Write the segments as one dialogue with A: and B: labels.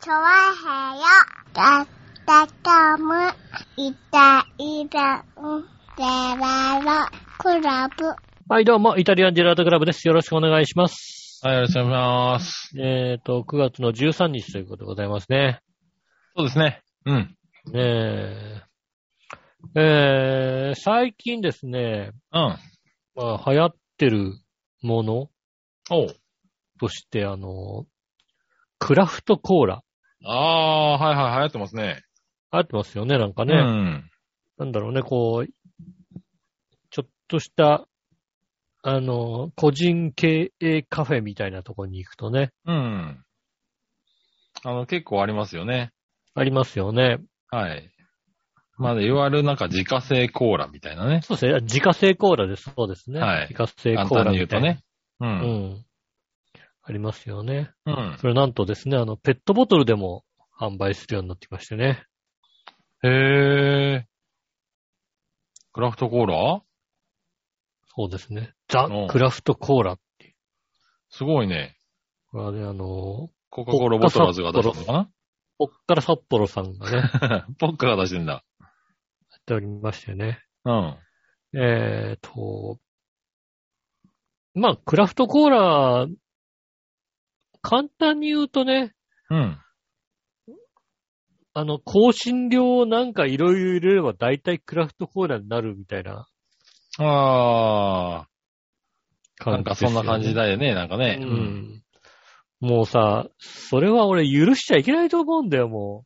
A: チョワヘヨだったかむいたいたんでららクラブ
B: はい、どうも、イタリアンジェラートクラブです。よろしくお願いします。
C: はい、よろしくお願いします。
B: えっ、と、9月の13日ということでございますね。
C: そうですね。うん。
B: ねえ。えー、最近ですね、
C: うん。
B: まあ、流行ってるもの
C: おう。
B: として、あの、クラフトコーラ。
C: ああー、はいはい、流行ってますね。
B: 流行ってますよね、なんかね。
C: うん。
B: なんだろうね、こう、ちょっとした、あの、個人経営カフェみたいなとこに行くとね、
C: うん。あの、結構ありますよね。
B: ありますよね。
C: はい。まあ、いわゆるなんか自家製コーラみたいなね。
B: そうですね。自家製コーラです。そうですね。
C: はい
B: 自家製
C: 簡
B: コー
C: 単
B: ラ
C: に言
B: み
C: う
B: たい
C: と
B: な。
C: ね。う。
B: うんん。ありますよね。
C: うん。
B: それなんとですね、あの、ペットボトルでも販売するようになってきましてね。
C: へえ。クラフトコーラ
B: そうですね。ザ
C: うん・
B: クラフトコーラ。
C: すごいね。
B: これはね、あの、
C: コカ・コーラボトラーズが出したのか
B: おっから札幌さんがね、やっ
C: なポッカが出してんだ。
B: ておりましてね。
C: うん。
B: えっ、と、まあ、クラフトコーラ、簡単に言うとね、
C: うん。
B: あの、香辛料をなんかいろいろ入れれば大体クラフトコーラになるみたいな
C: ああ、な
B: 感じ
C: んか
B: です
C: そ
B: よ
C: ん
B: ね、
C: な感じだよね、なんかね。
B: うん。もうさ、それは俺許しちゃいけないと思うんだよ、も。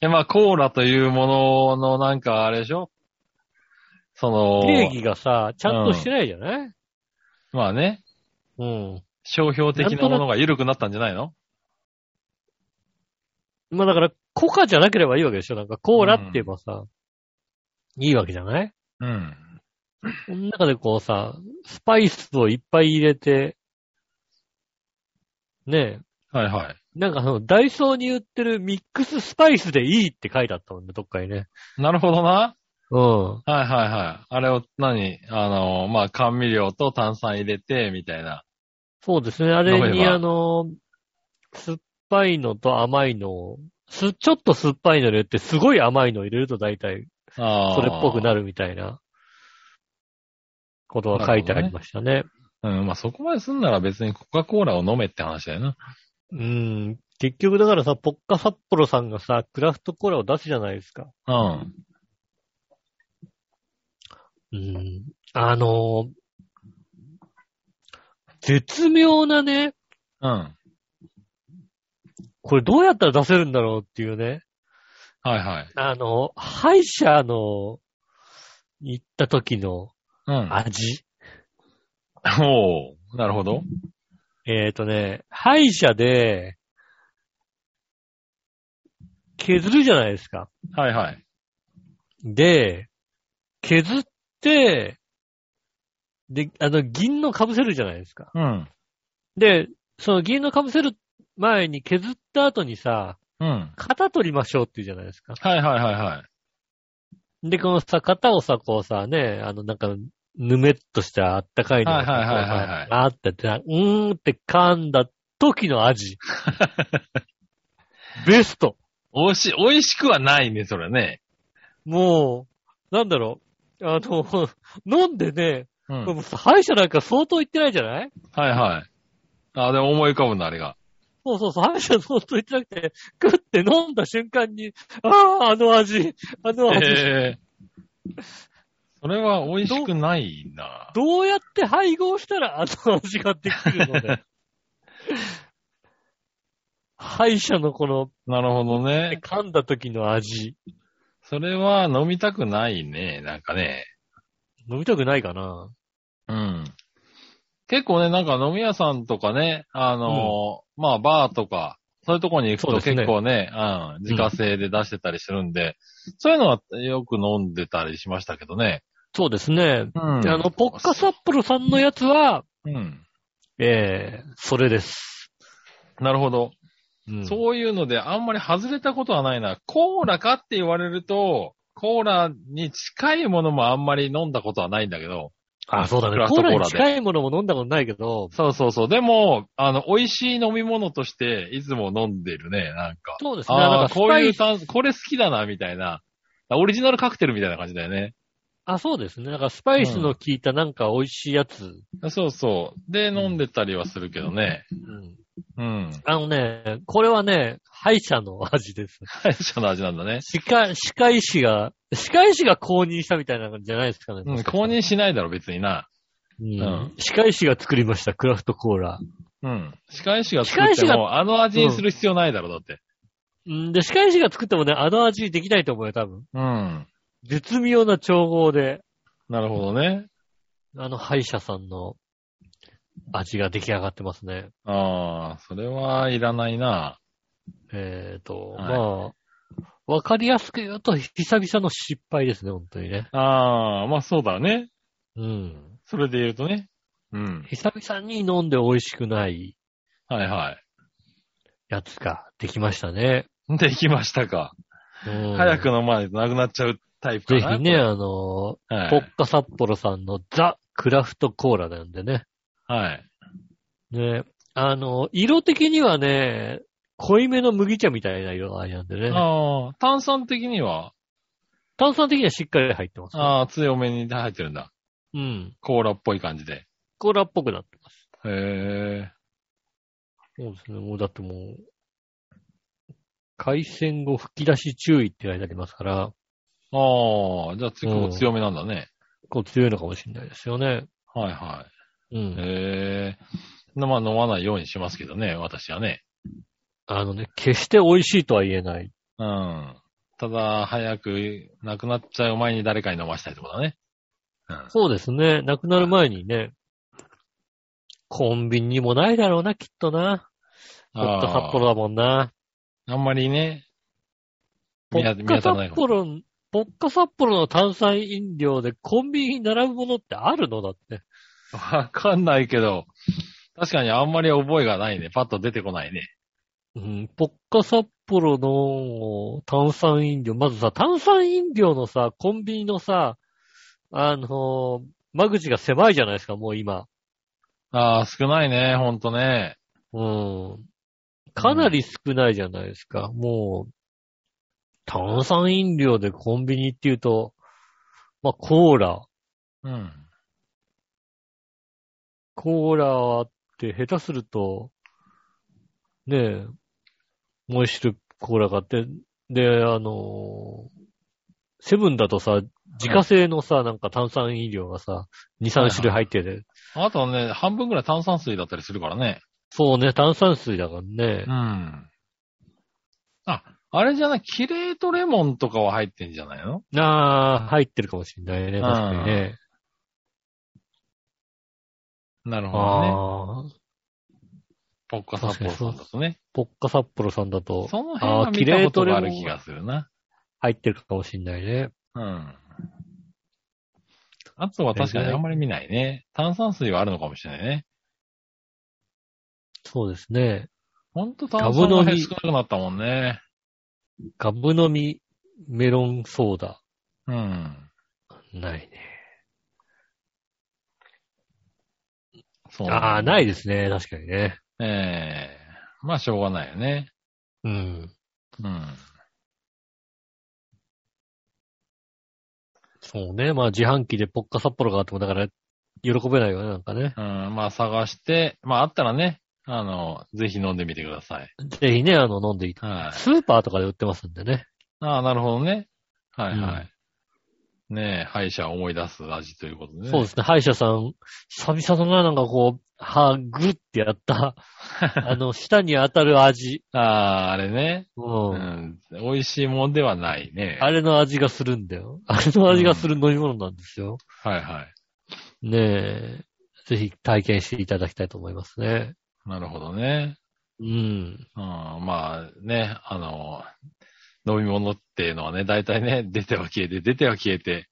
C: え、まあ、コーラというものの、なんか、あれでしょそうの、
B: 定義がさ、ちゃんとしてないじゃない
C: まあね、
B: うん。
C: 商標的なものが緩くなったんじゃないの
B: まあだから、コカじゃなければいいわけでしょ。なんかコーラって言えばさ、いいわけじゃない
C: うん。
B: その中でこうさ、スパイスをいっぱい入れて、ねえ、
C: はいはい。
B: なんかそのダイソーに売ってるミックススパイスでいいって書いてあったもんね、どっかにね。
C: なるほどな。
B: うん。
C: はいはいはい。あれを何、あの、まあ、甘味料と炭酸入れて、みたいな。
B: そうですね。あれ
C: 飲
B: に
C: めば
B: あの、酸っぱいのと甘いのを、す、ちょっと酸っぱいの入れて、すごい甘いのを入れると大体、
C: ああ。
B: それっぽくなるみたいな、ことが書いてありましたね。
C: うん、まあ、そこまですんなら別にコカ・コーラを飲めって話だよな。
B: うん。結局だからさ、ポッカサッポロさんがさ、クラフトコーラを出すじゃないですか。
C: うん。
B: うん。あのー絶妙なね、
C: うん。
B: これどうやったら出せるんだろうっていうね。
C: はいはい。
B: あの、歯医者の、行った時の
C: うん。
B: 味。
C: おうなるほど。
B: えっ、とね、歯医者で、削るじゃないですか。
C: はいはい。
B: で、削って、で、あの、銀の被せるじゃないですか。
C: うん。
B: で、その銀の被せる前に削った後にさ、
C: うん。
B: 型取りましょうって言うじゃないですか。
C: はいはいはいはい。
B: で、このさ、型をさ、こうさ、ね、あの、なんか、ぬめっとしたあったかいのがさ
C: はいはいはいはいはい
B: こうさあーってやってな、うーんって噛んだ時の 味。ベスト。
C: 美味しい、美味しくはないね、それね。
B: もう、なんだろう。あの、 飲んでね、
C: うん。
B: もう歯医者なんか相当行ってないじゃない
C: はいはい。あ、でも思い浮かぶんだ、あれが。
B: そうそうそう、歯医者相当行ってなくて、食って飲んだ瞬間に、ああ、あの味、あの味、
C: ええそれは美味しくないな。
B: どうやって配合したらあの味ができるの で。歯医者のこの
C: なるほどね。
B: 噛んだ時の味、
C: それは飲みたくないね、なんかね。
B: 飲みたくないかな。
C: うん。結構ね、なんか飲み屋さんとかね、あのーまあ、バーとか、そういうとこに行く
B: そう
C: と
B: ですね
C: 結構ね、うん、自家製で出してたりするんで、そういうのはよく飲んでたりしましたけどね。
B: そうですね。
C: うん。
B: であの、ポッカサップロさんのやつは、
C: うん。
B: ええそれです。
C: なるほど。
B: うん
C: そういうので、あんまり外れたことはないな。コーラかって言われると、コーラに近いものもあんまり飲んだことはないんだけど、
B: あ、そうだ
C: ク
B: ね。
C: ラフト
B: コー
C: コーラ
B: ラに
C: で
B: 近いものも飲んだことないけど、
C: そうそうそう。でも、あの、美味しい飲み物として、いつも飲んでるね、なんか。
B: そうですね。
C: あ
B: なん
C: あ
B: かス
C: ー、こう
B: パ
C: いう
B: イス、
C: 炭、これ好きだな、みたいな。オリジナルカクテルみたいな感じだよね。
B: あ、そうですね。なんかスパイスの効いたなんか美味しいやつ。
C: そうそう。で、飲んでたりはするけどね。
B: うん。
C: うん。
B: あのね、これはね、歯医者の味です。
C: 歯医者の味なんだね。
B: 歯科、歯科医師が、歯科医師が公認したみたいな感じじゃないですかね。
C: うん、公認しないだろ、別にな。
B: うん
C: うん
B: 歯科医師が作りました、クラフトコーラ。
C: うん。歯科医師が作っ
B: 歯科
C: て
B: 医師
C: も、あの味にする必要ないだろ、だって。
B: うん、で、歯科医師が作ってもね、あの味できないと思うよ、多分。
C: うん。
B: 絶妙な調合で、
C: なるほどね。
B: あの歯医者さんの味が出来上がってますね。
C: ああ、それはいらないな。
B: えっ、と、
C: は
B: ま
C: い
B: あ、わかりやすく言うと、久々の失敗ですね、本当にね。
C: ああ、まあそうだね。
B: うん。
C: それで言うとね。うん。
B: 久々に飲んで美味しくない
C: はいは
B: やつができましたね。
C: い。できましたか。
B: うん
C: 早く飲まないとなくなっちゃうタイプ
B: ぜ
C: かな。
B: ひね、あの、
C: は
B: ポッ
C: い。
B: カ札幌さんのザ・クラフトコーラなんでね。
C: はい。
B: ね、あの、色的にはね、濃いめの麦茶みたいな色合いなんでね。
C: ああ、炭酸的には、
B: 炭酸的にはしっかり入ってますね、
C: ああ、強めに入ってるんだ。
B: うん。
C: コーラっぽい感じで。
B: コーラっぽくなってます。
C: へえ。
B: そうですね。もうだってもう、海鮮後吹き出し注意って書いてありますから、
C: ああ、じゃあ次も強めなんだね。
B: こう強いのかもしれないですよね。
C: はいは
B: う
C: い。
B: ん。
C: へえ。まあ飲まないようにしますけどね、私はね。
B: あのね、決して美味しいとは言えない。
C: うん。ただ、早く、なくなっちゃう前に誰かに飲ましたいってことだね。うん。
B: そうですね。なくなる前にね、コンビニにもないだろうな、きっとな。ポッカ札幌だもんな。
C: あんまりね、
B: ポ
C: 見当
B: ッ
C: 見
B: カ
C: 当たらない
B: 札
C: かも
B: 幌、ポッカ札幌の炭酸飲料でコンビニに並ぶものってあるのだって。
C: わかんないけど、確かにあんまり覚えがないね。パッと出てこないね。
B: うん、ポッカ札幌の炭酸飲料、まずさ、炭酸飲料のさ、コンビニのさ、あのー間口が狭いじゃないですか、もう今。
C: ああ、少ないね、ほんとね。
B: うん。かなり少ないじゃないですか、もう、炭酸飲料でコンビニっていうと、まあ、コーラ、
C: うん。
B: コーラって下手すると、ねえ、もう一種コーラがあって、で、あのーセブンだとさ、自家製のさ、なんか炭酸飲料がさ、2、3種類入ってて、
C: あとね、半分ぐらい炭酸水だったりするからね。
B: そうね、炭酸水だからね
C: う。ん。あ、あれじゃない、キレートレモンとかは入ってんじゃないの
B: ああ、入ってるかもしんないね、
C: ん
B: 確かにね。
C: なるほどね。
B: ああ、
C: ポッカサポーさんだとね。
B: ポッカ札幌さんだと
C: その辺は見たことがある気がするな。
B: 入ってるかもしんないね。
C: うん。あとは確かにあんまり見ないね。炭酸水はあるのかもしれないね。
B: そうですね。
C: ほんと炭酸の減少なくなったもんね。
B: ガブ飲みメロンソーダ。
C: うん。
B: ないね。
C: そう
B: ああ、ないですね。確かにね。
C: ええまあ、しょうがないよね。
B: うん。
C: うん。
B: そうね。まあ自販機でポッカ札幌があっても、だから、喜べないよね、なんかね。
C: うん、まあ、探して、まあ、あったらね、あの、ぜひ飲んでみてください。
B: ぜひね、あの、飲んでいた。
C: はい。
B: スーパーとかで売ってますんでね。
C: ああ、なるほどね。はいはい。ねえ、歯医者を思い出す味ということでね。
B: そうですね。歯医者さん、久々だな、なんかこう、歯ぐってや った、あの、舌に当たる味。
C: ああ、あれね、
B: うん。
C: うん。美味しいもんではないね。
B: あれの味がするんだよ。あれの味がする飲み物なんですよ。
C: はいはい。
B: ねえ。ぜひ体験していただきたいと思いますね。
C: なるほどね。
B: うん。
C: うん、まあね、あの、飲み物っていうのはね、大体ね、 出ては消えて、出ては消えて、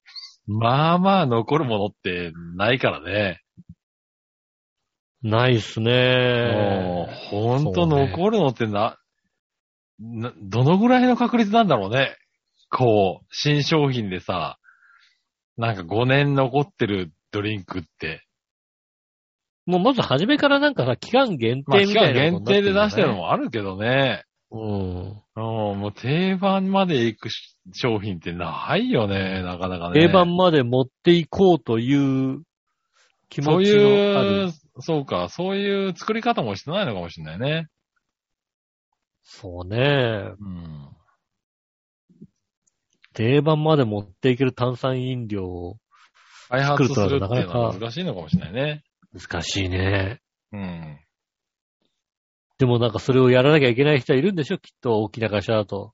C: まあまあ残るものってないからね。
B: ないっすね
C: もう、ほんと残るのってな、な、どのぐらいの確率なんだろうね。こう、新商品でさ、なんか5年残ってるドリンクって。
B: もうまず初めからなんかさ、期間限
C: まあ、
B: 定
C: 期
B: みた
C: 間
B: いな
C: 限
B: ことに
C: 定で出
B: なっ
C: してて
B: る
C: る
B: よ
C: の
B: ね。
C: もあるけどね。うん、もう定番まで行くし商品ってないよね、なかなか
B: うん。
C: ね。
B: 定番まで持っていこうという気
C: そ
B: 持
C: う
B: ちのあ
C: い
B: る。
C: う、そうか、そういう作り方もしてないのかもしれないね。
B: そうね。
C: うん。
B: 定番まで持っていける炭酸飲料、
C: 開発するってい
B: 作る
C: う
B: と
C: の
B: はなかな
C: は
B: か
C: 難しいのかもしれないね。
B: 難しいね。
C: うん。
B: でもなんかそれをやらなきゃいけない人はいるんでしょきっと大きな会社だと。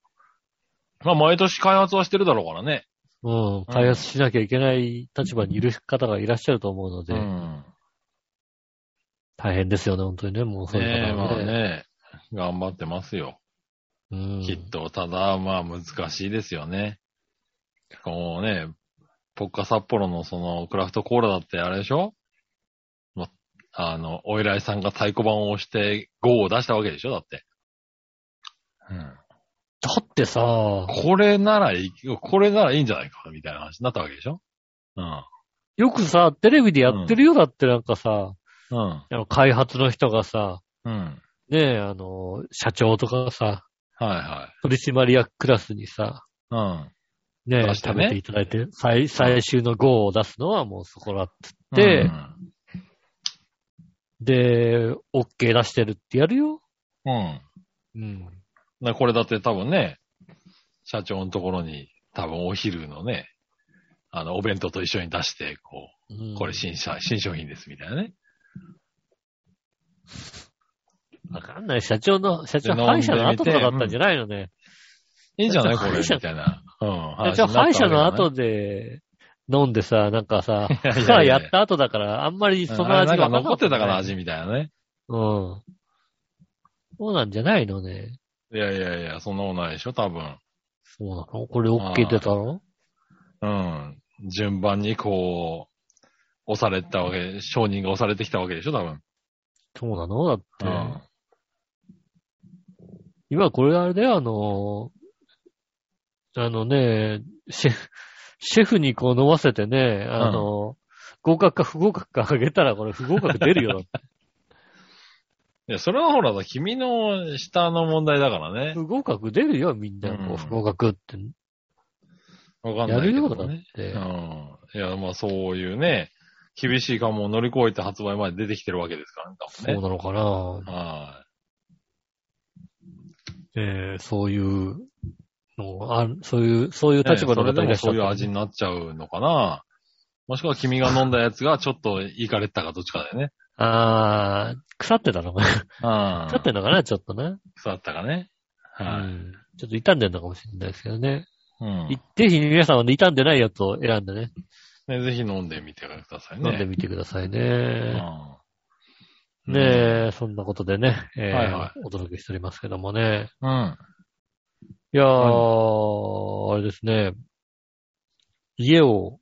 C: まあ、毎年開発はしてるだろうからね。
B: うん。開発しなきゃいけない立場にいる方がいらっしゃると思うので、
C: うん。
B: 大変ですよね、本当にね。もうそういう
C: ねえ、
B: 方
C: ま
B: は
C: あね、頑張ってますよ。
B: うん
C: きっと、ただ、まあ難しいですよね。こうね、ポッカ札幌のそのクラフトコーラだってあれでしょまあの、お依頼さんが太鼓判を押して5を出したわけでしょだって。うん。
B: だってさ、
C: これならいい、これならいいんじゃないかみたいな話になったわけでしょうん。
B: よくさ、テレビでやってるよ、だってなんかさ、
C: うん。
B: あの開発の人がさ、
C: うん。
B: ねえ、あの、社長とかがさ、
C: は
B: 取締役クラスにさ、
C: いはい。
B: ねえ、
C: 出して
B: 食
C: ね
B: べていただいて、最、最終の5を出すのはもうそこだっつ
C: うん。
B: って、
C: うん
B: で、OK 出してるってやるよ。
C: うん。
B: うん。
C: だからこれだって多分ね、社長のところに多分お昼のね、あの、お弁当と一緒に出して、こ
B: うん
C: う、これ新車、新商品ですみたいなね。
B: わかんない。社長の、社長
C: で飲んでみて
B: 歯医者の後とかだったんじゃないのね。
C: いいんじゃない
B: 社
C: こ
B: 長
C: れ、みたいな。うん。
B: 社長歯医者の後
C: 話
B: で飲んでさ、なんかさ、
C: いやいやいや
B: 歯やった後だから、あんまりそ
C: に
B: の
C: なったわけだ
B: 味
C: ね、
B: が
C: うんあれなんか残ってたかな、
B: 味。
C: 味みたいなね。
B: うん。そうなんじゃないのね。
C: いやいやいや、そんなことないでしょ、多分。
B: そうなのこれ OK 出たの
C: うん。順番にこう、押されてたわけ、商人が押されてきたわけでしょ、多分。
B: そうなのだって。
C: うん。
B: 今これあれだよ、あのー、あのね、シェフ、シェフにこう飲ませてね、あのー、合格か不合格かあげたらこれ不合格出る よ。
C: いや、それはほらさ、君の下の問題だからね。
B: 不合格出るよ、みんな。
C: うん
B: こう不合格って。
C: わかん
B: や
C: ない
B: る
C: け
B: よ
C: ど
B: うだっ
C: ね。
B: て。
C: うん。いや、まあそういうね、厳しい関門を乗り越えて発売まで出てきてるわけですからね、多
B: そう
C: 分
B: な
C: ね。
B: のかな、
C: は
B: えーそういうのあ、そういう、そういう
C: い。
B: 立場の方
C: ねそれで
B: いら
C: も
B: っし
C: そ
B: ゃ
C: う
B: っ
C: いう
B: た。
C: 味になっちゃうのかな。もしくは君が飲んだやつがちょっといかれてたかどっちかだよね。
B: あー、腐ってたのかな
C: うん。
B: 腐ってんのかなちょっとな、
C: 腐ったかね。
B: う
C: は
B: んちょっと傷んでんのかもしれないですけどね。
C: い。うん
B: いぜひ皆さんは傷んでないやつを選んでね。
C: ね。ぜひ飲んでみてくださいね。
B: 飲んでみてくださいね。
C: うん
B: ねえ、そんなことでね、えー
C: はいは
B: お届けしておりますけどもね。
C: うん。
B: いやー、あれですね。家を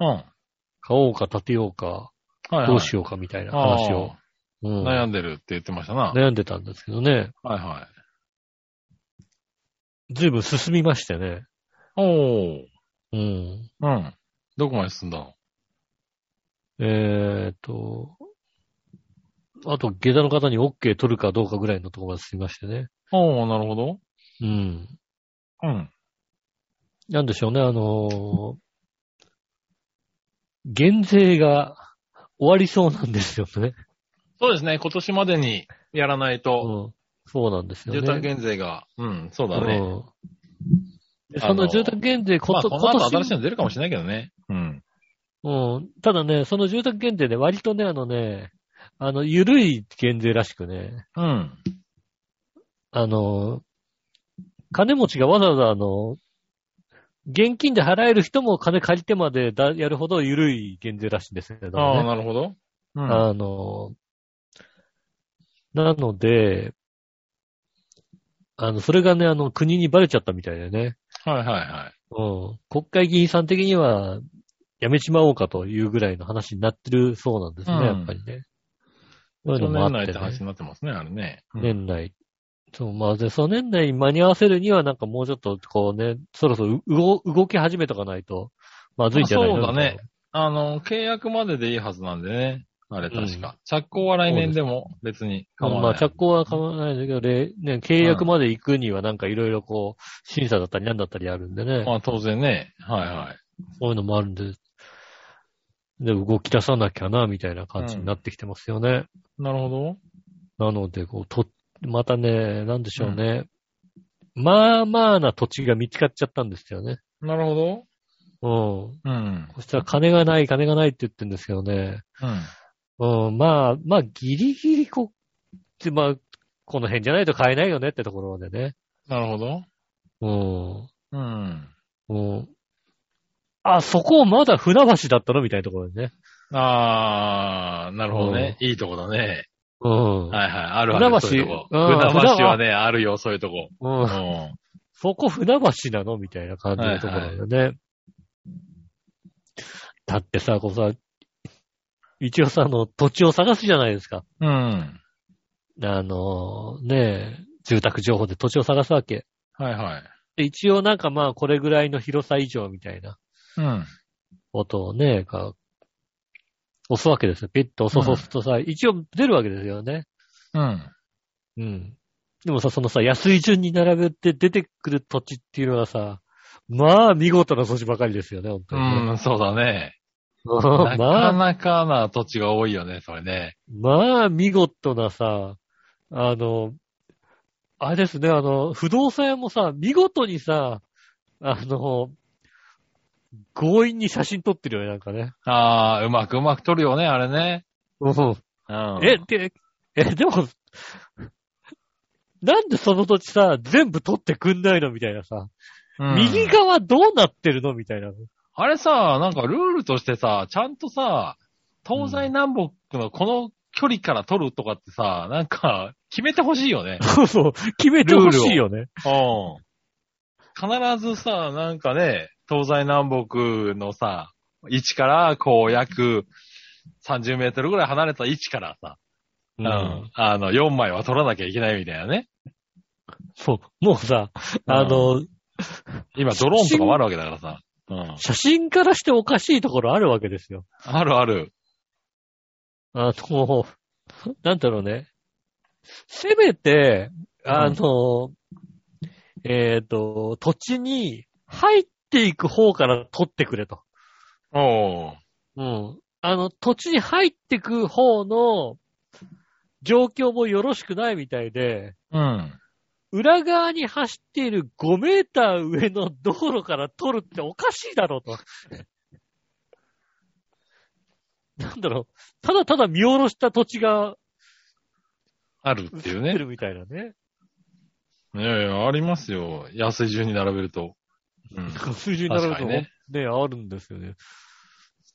C: うん。はい
B: 買おうか建てようか、
C: はい。
B: どうしようかみたいな話を、うん
C: ああ。悩んでるって言ってましたな。
B: 悩んでたんですけどね。
C: はいはい。
B: ずいぶん進みましてね。
C: おー。
B: うん。
C: うん。どこまで進んだの
B: えーっと、あと、下駄の方に OK 取るかどうかぐらいのところまで進みましてね。
C: おー、なるほど。
B: うん。
C: うん。
B: なんでしょうね、あのー減税が終わりそうなんですよね。
C: そうですね。今年までにやらないうと、
B: ん、そうなんですよね。
C: 住宅減税が、うん、そうだ
B: う
C: ね。
B: んでそ
C: あの
B: の住宅減税、こ
C: まあ、
B: と、
C: この後
B: 今
C: 新し
B: 年
C: いの出るかもしれないけどね。うん。
B: うん、ただね、その住宅減税で割とね、あのね、あの、ゆるい減税らしくね、
C: うん。
B: あの、金持ちがわざわざあの、現金で払える人も金借りてまでだやるほどゆるい減税らしいんですけど、ね。
C: ああ、なるほど。うん。
B: あの、なので、あの、それがね、あの、国にバレちゃったみたいでね。
C: はいはいはい。
B: うん。国会議員さん的には、やめちまおうかというぐらいの話になってるそうなんですね、
C: うん
B: やっぱりね。そういう
C: 去
B: のもあ
C: 年
B: っ
C: 内ってて話
B: ね。
C: になってますね、あれね。うん
B: 年内。そう、まあ、で、その年内に間に合わせるには、なんかもうちょっと、こうね、そろそろう動動き始めとかないと、まずいんじゃないの
C: あそうだね。あの、契約まででいいはずなんでね。あれ確
B: う
C: か。着工は来年でも別に構わ
B: ま
C: ない。
B: あ、着工は構わないんだけど、れね、契約まで行くにはなんかいろいろこう、審査だったりなんだったりあるんでね、
C: まあ当然ね。はいはい。
B: そういうのもあるんで、で、動き出さなきゃな、みたいな感じになってきてますよね。
C: なるほど。
B: なので、こう、と、またね、なんでしょうね。まあまあな土地が見つかっちゃったんですよね。
C: なるほど。
B: うん。
C: うん。
B: そしたら金がない、金がないって言ってるんですけどね。
C: うん。
B: うん、まあ、まあ、ギリギリこ、ってまあ、この辺じゃないと買えないよねってところでね。
C: なるほど。
B: うん。
C: うん。
B: うん。あ、そこまだ船橋だったのみたいなところでね。
C: あー、なるほどね。いいとこだね。
B: うん。
C: はいはい。あるある。
B: 船橋
C: そういうとこ
B: うん
C: 船橋はね、あるよ、そういうとこ。
B: う。
C: うんん。
B: そこ船橋なのみたいな感じのところだよね。だってさ、こうさ、一応さ、あの、土地を探すじゃないですか。
C: うん。
B: あの、ねえ、住宅情報で土地を探すわけ。
C: はいはい。
B: で一応なんかまあ、これぐらいの広さ以上みたいな
C: うん。
B: ことをね、が、押すわけですよ。ピッと押す押すとさ、一応出るわけですよね。
C: うん。
B: うん。でもさ、そのさ、安い順に並べて出てくる土地っていうのはさ、まあ、見事な土地ばかりですよね、本当にね、
C: うん、そうだね。な
B: ま
C: か
B: あ、
C: なかな土地が多いよね、それね。
B: まあ、見事なさ、あの、あれですね、あの、不動産屋もさ、見事にさ、あの、強引に写真撮ってるよね、なんかね。
C: あー、うまくうまく撮るよね、あれね。うん。
B: え、で、え、でも、なんでその土地さ、全部撮ってくんないのみたいなさ。
C: うん
B: 右側どうなってるのみたいな。。
C: あれさ、なんかルールとしてさ、ちゃんとさ、東西南北のこの距離から撮るとかってさ、なんか、決めてほしいよね
B: そうそう。決めてほしいよね。
C: うん。必ずさ、なんかね、東西南北のさ、位置から、こう、約30メートルぐらい離れた位置からさ、
B: う
C: うん。あの、4枚は撮らなきゃいけないみたいなね。
B: そう。もうさ、あの、
C: 今、ドローンとかもあるわけだからさ。うん。
B: 写真からしておかしいところあるわけですよ。
C: あるある。
B: あの、なんだろうね。せめて、あの、えっ、と、土地に入っていく方から取ってくれと。
C: おー。
B: うん。あの、土地に入ってく方の状況もよろしくないみたいで、
C: うん。
B: 裏側に走っている5メーター上の道路から撮るっておかしいだろうと。なんだろう、ただただ見下ろした土地が
C: あるって
B: 映
C: い
B: って
C: うね。
B: るみたいなね。
C: いやいや、ありますよ。安い順に並べると。うん。
B: 数字になる
C: 確か
B: と
C: に
B: ね
C: ね
B: あるんですよね。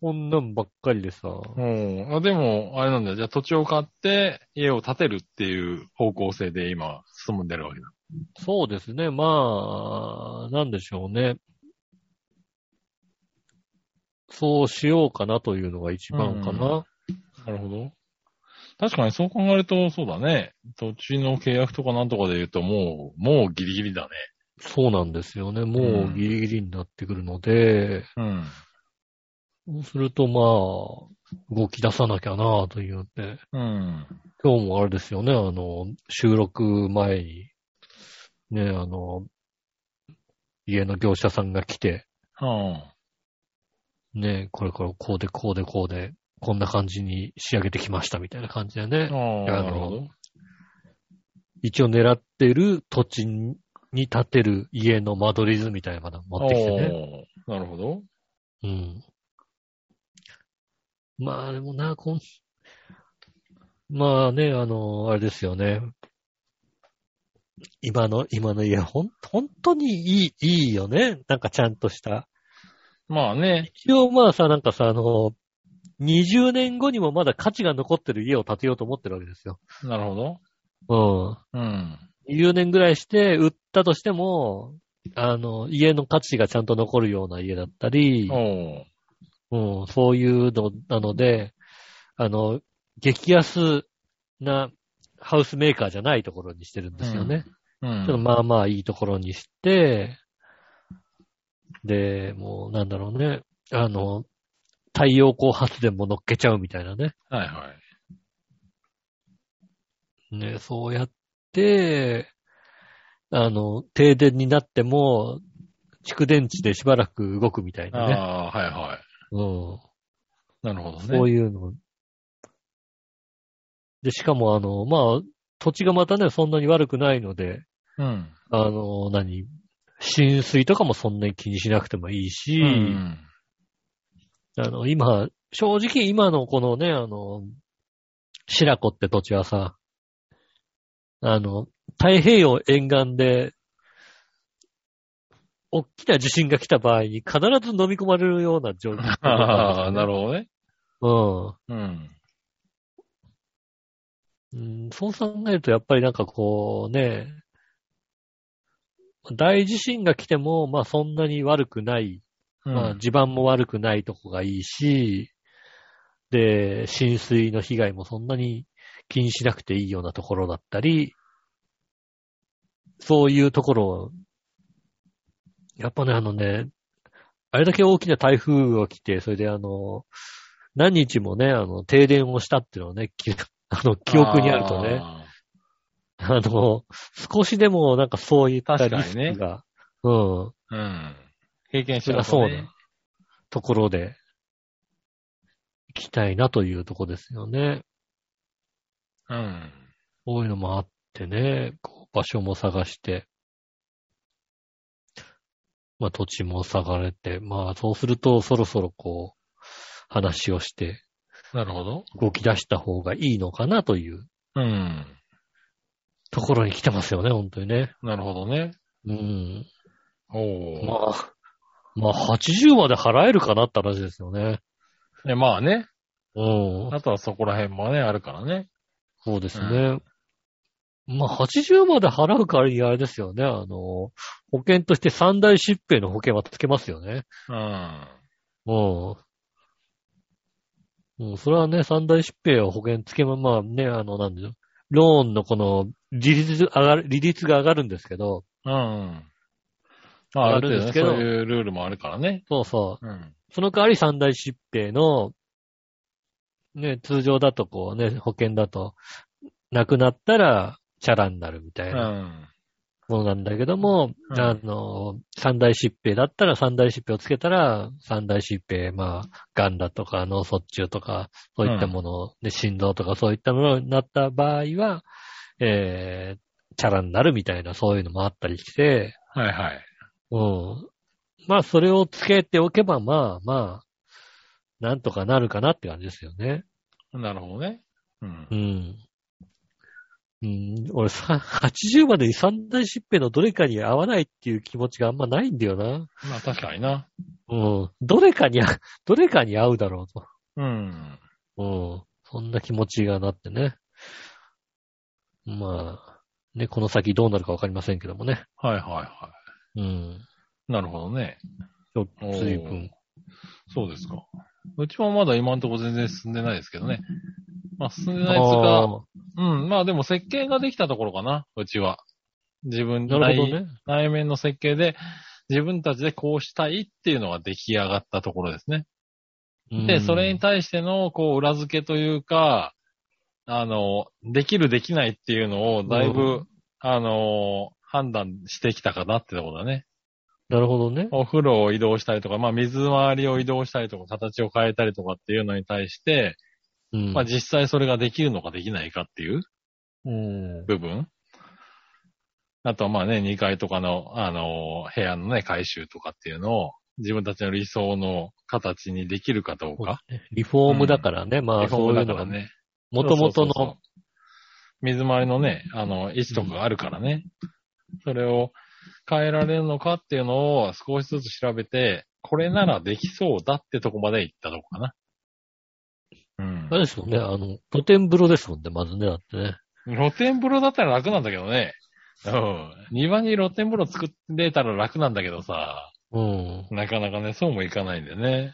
B: そんなんばっかりでさ。
C: うん。あでも、あれなんだよ。じゃあ土地を買って家を建てるっていう方向性で今進んでるわけだ。
B: そうですね。まあ、なんでしょうね。そうしようかなというのが一番かな。
C: なるほど。確かにそう考えると、そうだね。土地の契約とかなんとかで言うと、もう、もうギリギリだね。
B: そうなんですよね。もうギリギリになってくるので、
C: うん。
B: そうするとまあ、動き出さなきゃなあというので、
C: うん。
B: 今日もあれですよね、あの、収録前に、ね、あの、家の業者さんが来て、
C: うん。
B: ね、これからこうでこうでこうで、こんな感じに仕上げてきましたみたいな感じでね、
C: ああ、
B: な
C: な
B: る
C: る
B: ほ
C: ほ
B: ど
C: ど。
B: 一応狙ってる土地に建てる家の間取り図みたいなの持ってきてね。
C: おーなるほど。
B: うん。まあでもな、こん、 まあね、あの、あれですよね。今の、今の家、ほん、本当にいい、いいよね。なんかちゃんとした。
C: まあね。
B: 一応まあさ、なんかさ、あの、20年後にもまだ価値が残ってる家を建てようと思ってるわけですよ。
C: なるほど。
B: うん。
C: うん。
B: 20年ぐらいして、売ったとしても、あの、家の価値がちゃんと残るような家だったり、
C: おー
B: うん、そういうのなので、あの、激安なハウスメーカーじゃないところにしてるんですよね。
C: う
B: ちょっと
C: ん。
B: まあまあいいところにして、で、もうなんだろうね、あの、太陽光発電も乗っけちゃうみたいなね。
C: はいはい。
B: ね、そうやって、あの、停電になっても、蓄電池でしばらく動くみたいなね。
C: ああ、はいは
B: うん。
C: い。なるほどね。
B: そういうの。で、しかもあの、まあ、土地がまたね、そんなに悪くないので、
C: うん。
B: あの、何、浸水とかもそんなに気にしなくてもいいし、
C: うん。
B: あの、今、正直今のこのね、あの、白子って土地はさ、あの、太平洋沿岸で、大きな地震が来た場合に必ず飲み込まれるような状況、
C: ああ、なるほどね。
B: うん。
C: うん。
B: うん、そう考えると、やっぱりなんかこうね、大地震が来ても、まあそんなに悪くない、
C: う
B: まあ
C: ん。
B: 地盤も悪くないとこがいいし、で、浸水の被害もそんなに気にしなくていいようなところだったり、そういうところ、やっぱね、あのね、あれだけ大きな台風が来て、それであの、何日もね、あの、停電をしたっていうのはね、きあの、記憶にあるとね、
C: あ
B: あの、少しでもなんかそういった
C: 確
B: リ
C: か
B: ス
C: にね
B: クが、うん、
C: あ。うん。経験し
B: そ
C: て
B: りゃそうなところで、行きたいなというとこですよね。
C: うん。
B: こういうのもあってね、こう場所も探して、まあ土地も探れて、まあそうするとそろそろこう、話をして
C: なるほど。
B: 動き出した方がいいのかなという
C: うん。
B: ところに来てますよね、本当にね。
C: なるほどね。
B: うん。
C: おお。
B: まあ、まあ80まで払えるかなって話ですよね。
C: ね、まあね。
B: うん。
C: あとはそこら辺もね、あるからね。
B: そうですね。まあ、80まで払う代わりにあれですよね。あの、保険として三大疾病の保険はつけますよね。
C: うん。
B: うん。うん、それはね、三大疾病を保険つけま、まあね、あの、なんでしょう。ローンのこの、利率上がる、利率が上がるんですけど、
C: うん。まあ、ある程度ね、そういうルールもあるからね。
B: そうそ
C: うん。
B: う。その代わり三大疾病の、ね、通常だとこうね、保険だと、亡くなったら、チャラになるみた
C: う
B: いな。
C: ん。
B: ものなんだけども、
C: うん
B: あの、三大疾病だったら三大疾病をつけたら、三大疾病、まあ、癌だとか脳卒中とか、そういったもの、で心臓とかそういったものになった場合は、えー、チャラになるみたいな、そういうのもあったりして、
C: はいはい。
B: うん。まあ、それをつけておけば、まあまあ、なんとかなるかなって感じですよね。
C: なるほどね。うん
B: う。ん。うん、俺さ、80までに三大疾病のどれかに合わないっていう気持ちがあんまないんだよな。
C: まあ確かにな。
B: うん。どれかに 合う、どれかに合うだろうと。
C: うん。
B: うん。そんな気持ちがなってね。まあ、ね、この先どうなるかわかりませんけどもね。
C: はいはいは
B: うん。
C: い。なるほどね。
B: ちょっと随分。
C: そうですか。うちもまだ今のところ全然進んでないですけどね。まあ進んでないっつうか、
B: あ
C: うん。まあでも設計ができたところかな、うちは。自分
B: ー
C: の
B: なる
C: 内,、
B: ほどね。
C: 内面の設計で、自分たちでこうしたいっていうのが出来上がったところですね。
B: う
C: で、
B: ん
C: それに対しての、こう、裏付けというか、あの、できるできないっていうのを、だいぶ、
B: うん
C: あの、判断してきたかなってところだね。
B: なるほどね。
C: お風呂を移動したりとか、まあ、水回りを移動したりとか、形を変えたりとかっていうのに対して、
B: うん。
C: まあ、実際それができるのかできないかっていう
B: うん。
C: 部分。あとはまあね、2階とかの、あの、部屋のね、改修とかっていうのを、自分たちの理想の形にできるかどうか。
B: リフォームだからね。まあ、
C: リフ
B: そ
C: ォーム
B: うい
C: だ
B: う
C: か
B: のが
C: ら、ね。
B: もともと
C: そうそうそう
B: の
C: そう。水回りのね、あの、位置とかがあるからね。それを変えられるのかっていうのを少しずつ調べて、これならできそうだってとこまで行ったとこかな。うん
B: あ。れですもんね、あの、露天風呂ですもんね、まずね、だってね。
C: 露天風呂だったら楽なんだけどね。うん。庭に露天風呂作れたら楽なんだけどさ、
B: うん。
C: なかなかね、そうもいかないんでね。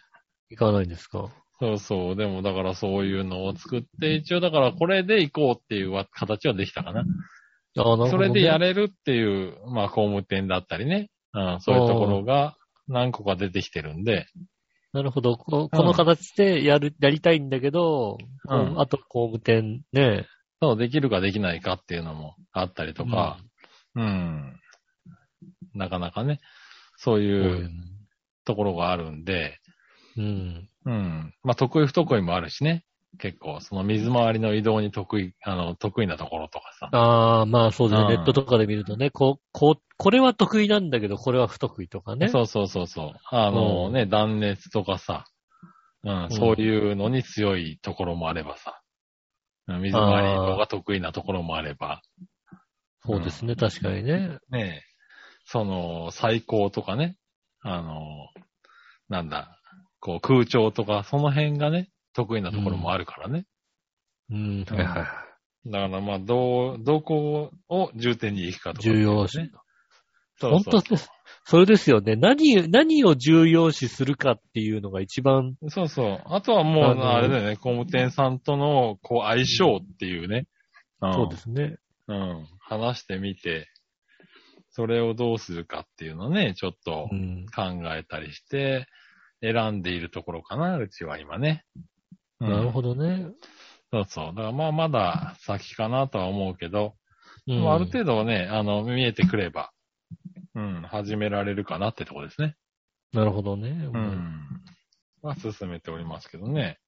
B: 行かないんですか。
C: そうそう。でもだからそういうのを作って、一応だからこれで行こうっていうわ形はできたかな。
B: ああ、なるほど、ね。
C: それでや
B: る。
C: れるっていう、まあ、工務店だったりね。うん、そういうところが何個か出てきてるんで、
B: なるほど。ここの形でやる、やりたいんだけど、
C: うん
B: あと工務店ね。
C: そう、できるかできないかっていうのもあったりとか、うん。なかなかね、そう
B: う
C: いう。ところがあるんで、
B: うん。
C: うん。まあ、得意不得意もあるしね。結構、その水回りの移動に得意、あの、得意なところとかさ。
B: ああ、まあそうですね。
C: うん
B: ネットとかで見るとね、こう、こう、これは得意なんだけど、これは不得意とかね。
C: そうそうそうそう。あの
B: うん
C: ね、断熱とかさ、うん、そういうのに強いところもあればさ、うん水回りのが得意なところもあれば、
B: そうですね、確かにね。
C: ねえ、その、最高とかね、あの、なんだ、こう空調とか、その辺がね、得意なところもあるからね。
B: うん。
C: はいはいだからまあ、どう、どこを重点に行くかとか、
B: 重要視。
C: ね。そう
B: 本
C: そ
B: 当
C: う
B: です。それですよね。何、何を重要視するかっていうのが一番、
C: そうそう。あとはも
B: あ
C: う、
B: の
C: あれだよね、工務店さんとの、こう、相性っていうね。ん
B: そうで。すね。
C: うん。話してみて、それをどうするかっていうのをね、ちょっと
B: うん。
C: 考えたりして、選んでいるところかな、うちは今ね。うん
B: なるほどね。
C: そうそう。だからまあ、まだ先かなとは思うけど、
B: う
C: で
B: ん
C: もある程度はね、あの、見えてくれば、うん、始められるかなってとこですね。
B: なるほどね。
C: うん。は進めておりますけどね。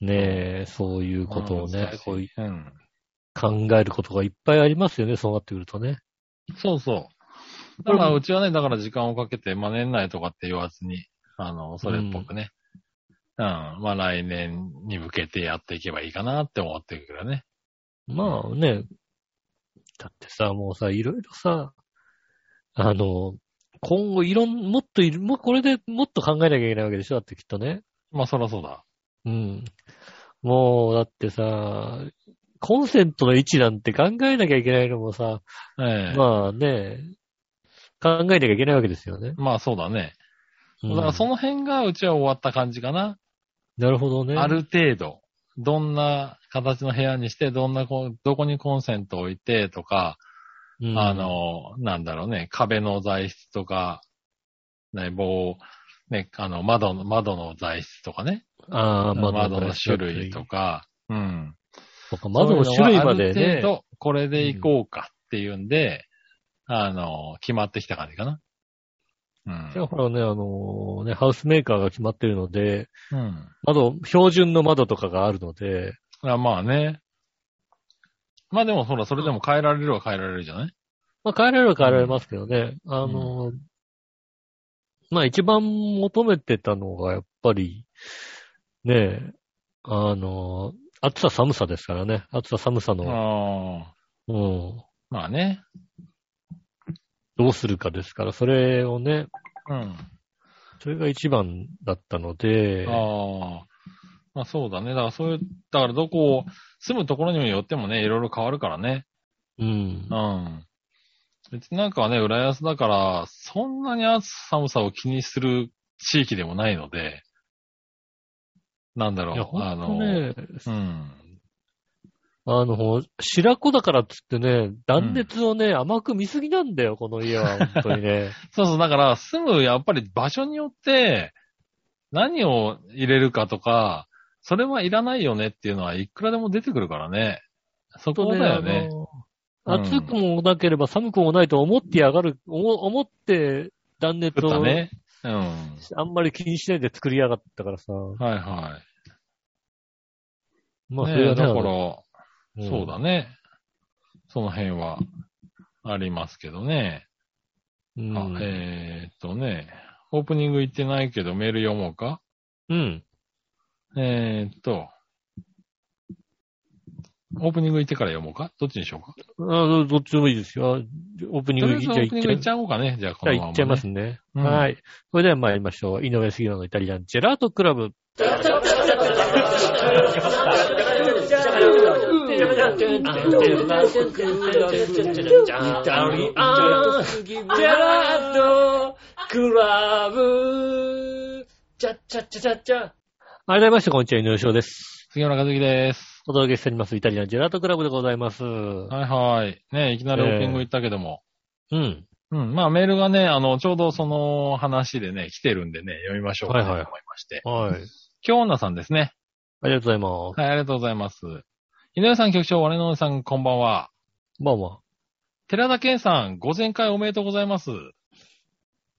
B: ねえ、そういうことをね
C: 難し、い
B: こうい
C: うん。
B: 考えることがいっぱいありますよね、そうなってくるとね。
C: そうそう。だから、うちはね、だから時間をかけて、まあ、年内とかって言わずに、あの、それっぽくね。うん。まあ、来年に向けてやっていけばいいかなって思ってるからね。
B: まあね、だってさ、もうさ、いろいろさ、あの、今後いろん、もっといる、もうこれでもっと考えなきゃいけないわけでしょだってきっとね。
C: まあ、そらそうだ。
B: うん。もう、だってさ、コンセントの位置なんて考えなきゃいけないのもさ、
C: ええ
B: まあね、考えなきゃいけないわけですよね。
C: まあ、そうだね。
B: うん
C: だから、その辺がうちは終わった感じかな。
B: なるほどね。
C: ある程度。どんな形の部屋にして、どんなこ、どこにコンセント置いてとか、
B: うん、
C: あの、なんだろうね、壁の材質とか、ね、棒、ね、あの、窓の、窓の材質とかね、
B: あー、
C: 窓
B: 窓
C: の種類とか、うん。
B: そうか窓の種類まで
C: そういうのがあ
B: ね
C: る。程度、これでいこうかっていうんで、あの、決まってきた感じかな。うん
B: でもほらね、あのね、ハウスメーカーが決まってるので、
C: うん。
B: 窓、標準の窓とかがあるので、
C: あまあね。まあでもほら、それでも変えられるは変えられるじゃない
B: まあ変えられるは変えられますけどね、あの、まあ一番求めてたのがやっぱり、ねえ、あの、暑さ寒さですからね。暑さ寒さの、
C: ああ。
B: うん、
C: まあね。
B: どうするかですから、それをね、
C: うん。
B: それが一番だったので、
C: ああ。まあそうだね。だからそういう、だからどこを、住むところにもよってもね、いろいろ変わるからね。
B: うん
C: う。ん。別になんかはね、浦安だから、そんなに暑さ寒さを気にする地域でもないので、なんだろ
B: いや、
C: う、あ
B: 本当
C: の、
B: ね、
C: うん。
B: あの、白子だからっつってね、断熱をね、甘く見すぎなんだよ、この家 は、本当にね。
C: そうそう、だから住む、やっぱり場所によって、何を入れるかとか、それはいらないよねっていうのはいくらでも出てくるからね。そこだよね。
B: あの
C: うん
B: 暑くもなければ寒くもないと思ってやがる、思思って断熱
C: 作った
B: を、
C: ね。うん。
B: あんまり気にしないで作りやがったからさ。
C: はいはい。
B: まあ、そ
C: ね
B: れはね
C: だから、
B: あのん
C: そうだね。その辺は、ありますけどね。
B: うん
C: あえーっとね、オープニング行ってないけどメール読もうか
B: うん。
C: えーっと、オープニング行ってから読もうかどっちにしようか
B: あどっちでもいいですよ。あオープニ
C: とりあ
B: ン
C: え
B: グ、じ
C: ず
B: ゃ
C: オ
B: あ
C: ープ
B: 行
C: ニ
B: っちゃう
C: ング行っちゃおうかね。じゃあ、こ
B: じゃあ
C: の
B: 行
C: まま、ね。
B: っちゃいますね。
C: うん
B: はい。それでは参りましょう。井上杉村のイタリアンジェラートクラブ。改めまして、こんにちは、井上翔です。
C: 杉村和樹です。
B: お届けしております、イタリアンジェラートクラブでございます。
C: はいはい。ねいきなりオープニング行ったけども、
B: うん。
C: うん。まあメールがね、あの、ちょうどその話でね、来てるんでね、読みましょうかなと
B: はい
C: 思
B: はい
C: いまして。
B: はい。
C: 京女さんですね。
B: ありがとうございます。
C: はい、ありがとうございます。井上さん局長、我のおじさん、こんばんは。
B: まあま
C: 寺田健さん、ご前回おめでとうございます。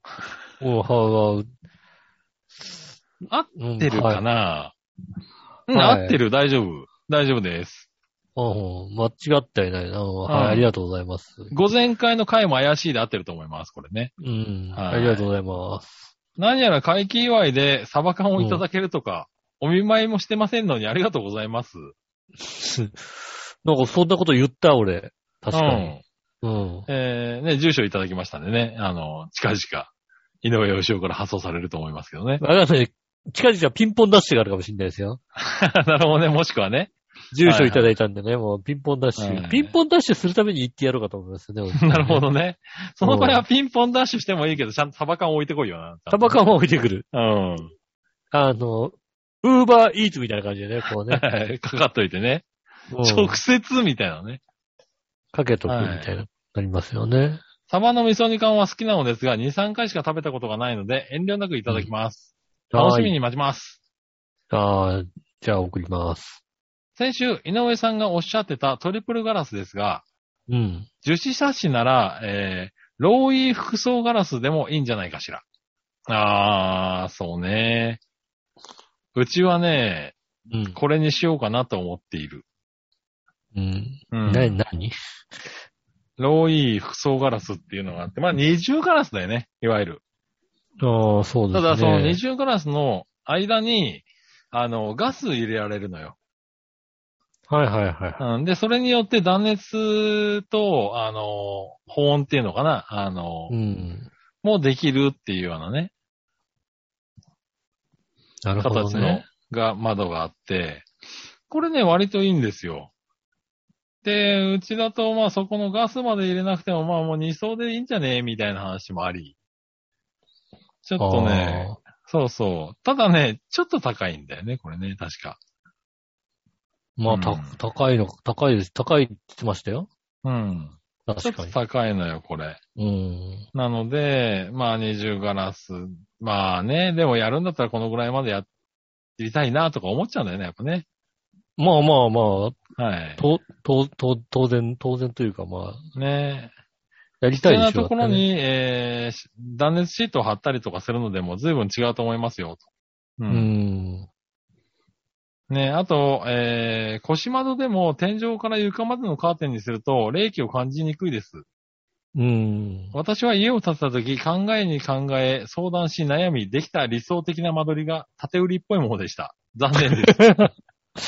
B: あ。うん、は
C: 合っ
B: い、はい。合
C: てる
B: な、
C: かな、
B: い
C: うん、
B: はい
C: 合ってる、大丈夫。大丈夫です。
B: うん、間違ってはいないな。うんはい、
C: はい
B: ありがとうございます。
C: ご前回の回も怪しいで合ってると思います、これね。
B: うん、
C: はい
B: ありがとうございます。
C: 何やら会期祝いでサバ缶をいただけるとか、お見舞いもしてませんのにありがとうございます。
B: なんかそんなこと言った、俺。確か
C: う
B: に。
C: ん
B: うん。。
C: えー、ね、住所いただきましたんでね、あの、近々、井上義雄から発送されると思いますけどね
B: あれだね、近々ピンポンダッシュがあるかもしれないですよ。
C: なるほどね、もしくはね。
B: 住所いただいたんでね、もうピンポンダッシ
C: はい
B: ュ。ピンポンダッシュするために行ってやろうかと思いますよね。
C: なるほ
B: ど。
C: どね。その場合はピンポンダッシュしてもいいけど、ちゃんとサバ缶置いてこいよな。
B: タバカも置いてくる。
C: うん。
B: あの、ウーバーイーツみたいな感じでね、こうね。
C: かかっといてね。
B: うん
C: 直接みたいなね。
B: かけとくみたいな、なりますよね。
C: サバの味噌煮缶は好きなのですが、2、3回しか食べたことがないので、遠慮なくいただきます。楽しみ
B: はい。
C: に待ちます。
B: あーじゃあ送ります。
C: 先週、井上さんがおっしゃってたトリプルガラスですが、
B: うん。
C: 樹脂サッシなら、えー、ローイー複層ガラスでもいいんじゃないかしら。あー、そうね。うちはね、
B: うん。
C: これにしようかなと思っている。
B: うん。
C: うん。
B: な、何
C: ローイー複層ガラスっていうのがあって、まあ二重ガラスだよね、いわゆる。
B: ああ、そうで
C: た
B: すね。
C: だその二重ガラスの間に、あの、ガス入れられるのよ。
B: はいはいは
C: うん、で、それによって断熱と、あの、保温っていうのかな、あの、
B: い。うん。
C: もうできるっていうようなね、
B: なるほど
C: 形の、
B: ね。
C: が、窓があって、これね、割といいんですよ。で、うちだと、まあそこのガスまで入れなくても、まあもう2層でいいんじゃねえみたいな話もあり。ちょっとね、そうそう。ただね、ちょっと高いんだよね、これね、確か。
B: あー。まあ、
C: うん
B: た、高いの、高いです。高いって言ってましたよ。
C: うん。ちょ
B: 確
C: っ
B: か
C: と
B: に。
C: 高いのよ、これ。
B: うん。
C: なので、まあ二重ガラス。まあね、でもやるんだったらこのぐらいまでやりたいなとか思っちゃうんだよね、やっぱね。
B: まあまあま
C: はい
B: あ、。と、と、と、当然、当然というかまあ、
C: ね
B: やり
C: 必
B: た
C: 要
B: いで
C: な
B: しょ。
C: ところ
B: だってね。
C: に、えーし断熱シートを貼ったりとかするのでも随分違うと思いますよ。とう。
B: うんん。
C: ねあと、えー、腰窓でも天井から床までのカーテンにすると冷気を感じにくいです。
B: うん。
C: 私は家を建てた時考えに考え、相談し悩み、できた理想的な間取りが縦売りっぽいものでした。残念です。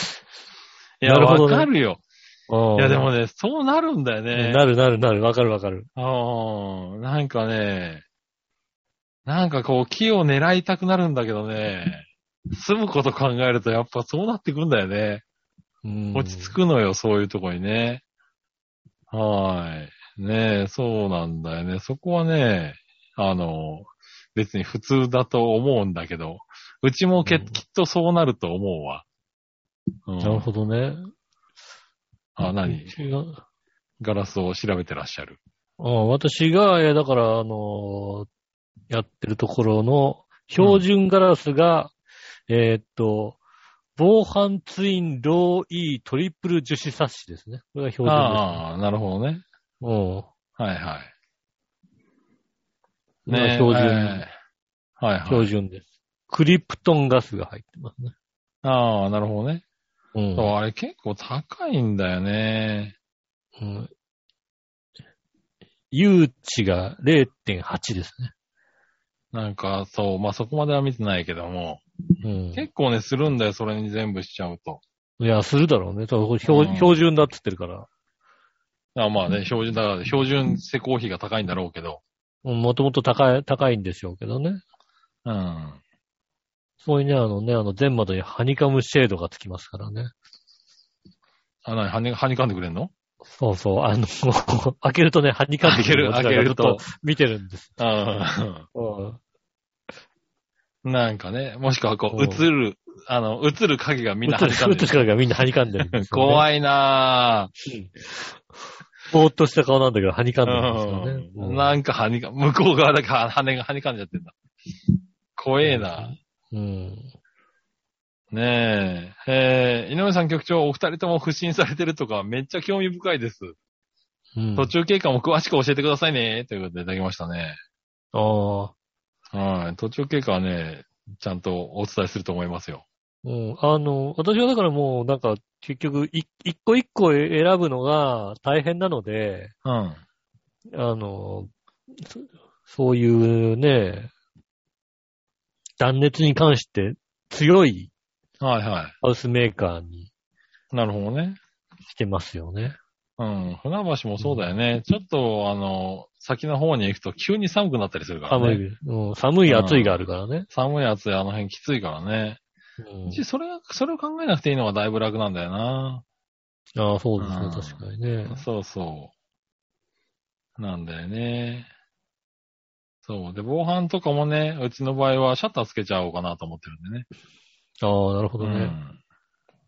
C: いや、
B: なるほど
C: わ
B: ね
C: かるよ。
B: ああ
C: いや、でもね、そうなるんだよね。
B: なるなるなる。わかるわかる。
C: ああ、なんかね、なんかこう、木を狙いたくなるんだけどね、住むこと考えるとやっぱそうなってくんだよね。
B: うん
C: 落ち着くのよ、そういうとこにね。はーい。ねえ、そうなんだよね。そこはね、あの、別に普通だと思うんだけど、うちもけ、
B: うん
C: きっとそうなると思うわ。うん、
B: なるほどね。
C: あ、何
B: 私が、
C: ガラスを調べてらっしゃる。
B: うん、私が、えーだから、あのーやってるところの、標準ガラスが、えーっと、防犯ツインローイートリプル樹脂サッシですね。これが標準ガラ
C: ああ、なるほどね。
B: ス。うん。
C: はいはい。
B: これが標準、
C: えーはいは
B: 標
C: い。
B: 準です。クリプトンガスが入ってますね。
C: ああ、なるほどね。
B: うん
C: そう、あれ結構高いんだよね。
B: うん。誘致が0.8ですね。
C: なんか、そう、まあ、そこまでは見てないけども、
B: うん。
C: 結構ね、するんだよ、それに全部しちゃうと。
B: いや、するだろうね。ただこれ標
C: うん
B: 標準だって言ってるから。
C: あまあね、標準、だから、標準施工費が高いんだろうけど。
B: うんもともと高い、高いんでしょうけどね。
C: うん。
B: そういうね、あのね、あの、全窓にハニカムシェードがつきますからね。
C: あ、なに、はに、はにかんでくれんの
B: そうそう、あの、 開けるとね、ハニカムシェード
C: 開ける
B: ちょっと見てるんです。
C: あ
B: うん
C: あ、 なんかね、もしくはこう、
B: う
C: 映
B: ん
C: る、あの、映る影がみんなはにかん
B: 映
C: で
B: って
C: る。
B: るがみんなハニカんでるんですよね。
C: 怖いなぁ。
B: ぼーっとした顔なんだけど、ハニカんでるんですよね。
C: うん
B: うん
C: なんかはにか、向こう側だけは羽がはにかんじゃってんだ。怖えな。
B: うん。
C: ねえ。えー井上さん局長、お二人とも不審されてるとか、めっちゃ興味深いです。
B: うん。
C: 途中経過も詳しく教えてくださいね。ということでいただきましたね。
B: ああ。
C: はい。途中経過はね、ちゃんとお伝えすると思いますよ。
B: うん。あの、私はだからもう、なんか、結局、い一個一個選ぶのが大変なので、
C: うん。
B: あの、そそういうね、断熱に関して強い
C: はいは
B: ハウスメーカーに
C: い。なるほどね。
B: してますよね。
C: うん。船橋もそうだよね。ちょっと、あの、先の方に行くと急に寒くなったりするからね。
B: 寒い、うん、寒い暑いがあるからね。
C: 寒い暑い、あの辺きついからね。
B: うん、
C: それ、それを考えなくていいのがだいぶ楽なんだよな。
B: ああ、そうです
C: う
B: ね
C: ん、
B: 確かにね。
C: そうそう。なんだよね。そう。で、防犯とかもね、うちの場合はシャッターつけちゃおうかなと思ってるんでね。
B: ああ、なるほど
C: う
B: ね。
C: ん。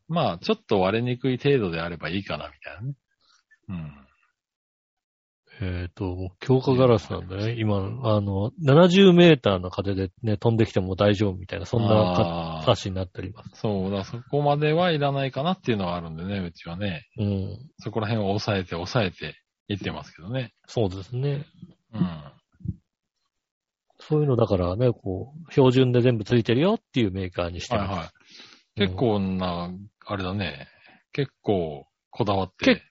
C: まあ、ちょっと割れにくい程度であればいいかな、みたいなね。うん。
B: えっ、と、強化ガラスなんだね。今、あの、70メーターの風でね、飛んできても大丈夫みたいな、そんな
C: あー
B: 形になっております。
C: そうだ、そこまではいらないかなっていうのはあるんでね、うちはね。
B: うん。
C: そこら辺を抑えて、抑えていってますけどね。
B: そうですね。
C: うん。
B: そういうのだからね、こう、標準で全部ついてるよっていうメーカーにして
C: はい
B: ます。
C: はい。結構な、あれだね。結構こだわって
B: 結、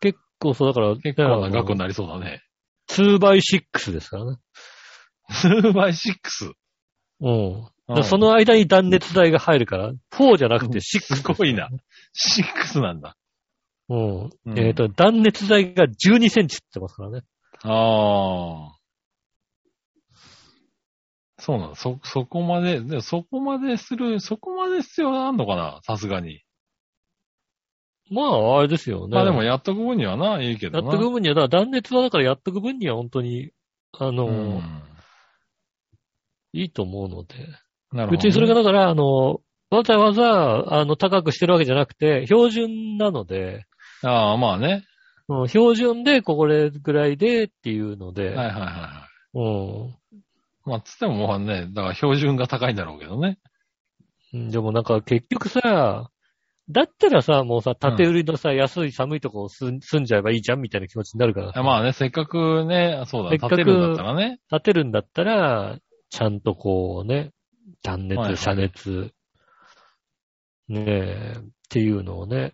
B: 結構そう、だから、
C: 結構な
B: あの
C: 額になりそうだね。
B: 2x6 ですからね。
C: 2 by 6。
B: うん。だか
C: う
B: ら
C: ん
B: その間に断熱材が入るから、4じゃなくて6。
C: すごいな。6なんだ。
B: うん。
C: うん
B: えっ、と、断熱材が12センチって言ってますからね。
C: ああ。そうなんだ。そ、そこまで、でもそこまでする、そこまで必要があんのかなさすがに。
B: まあ、あれですよね。
C: まあでもやっとく分にはな、いいけ
B: や
C: ど
B: っ
C: な。
B: とく分には、だから断熱はだからやっとく分には本当に、あの、
C: うん。
B: いいと思うので。
C: なるほどね、
B: 別にそれがだから、あの、わざわざ、あの、高くしてるわけじゃなくて、標準なので、
C: ああ、まあね。
B: うん、標準でこれぐらいでっていうので、
C: はいはいはいは
B: うん。
C: い。まあ、つってももうね、だから標準が高いんだろうけどね。
B: うんでもなんか結局さ、だったらさ、もうさ、縦売りのさ、安い寒いとこを住ん住んじゃえばいいじゃんみたいな気持ちになるからさ、
C: あまあね、せっかくね、そうだ、
B: せっか
C: 立
B: く
C: てるんだったらね。
B: 建てるんだったら、ちゃんとこうね、断
C: はいは
B: 熱、
C: い
B: 遮熱、ねえ、っていうのをね、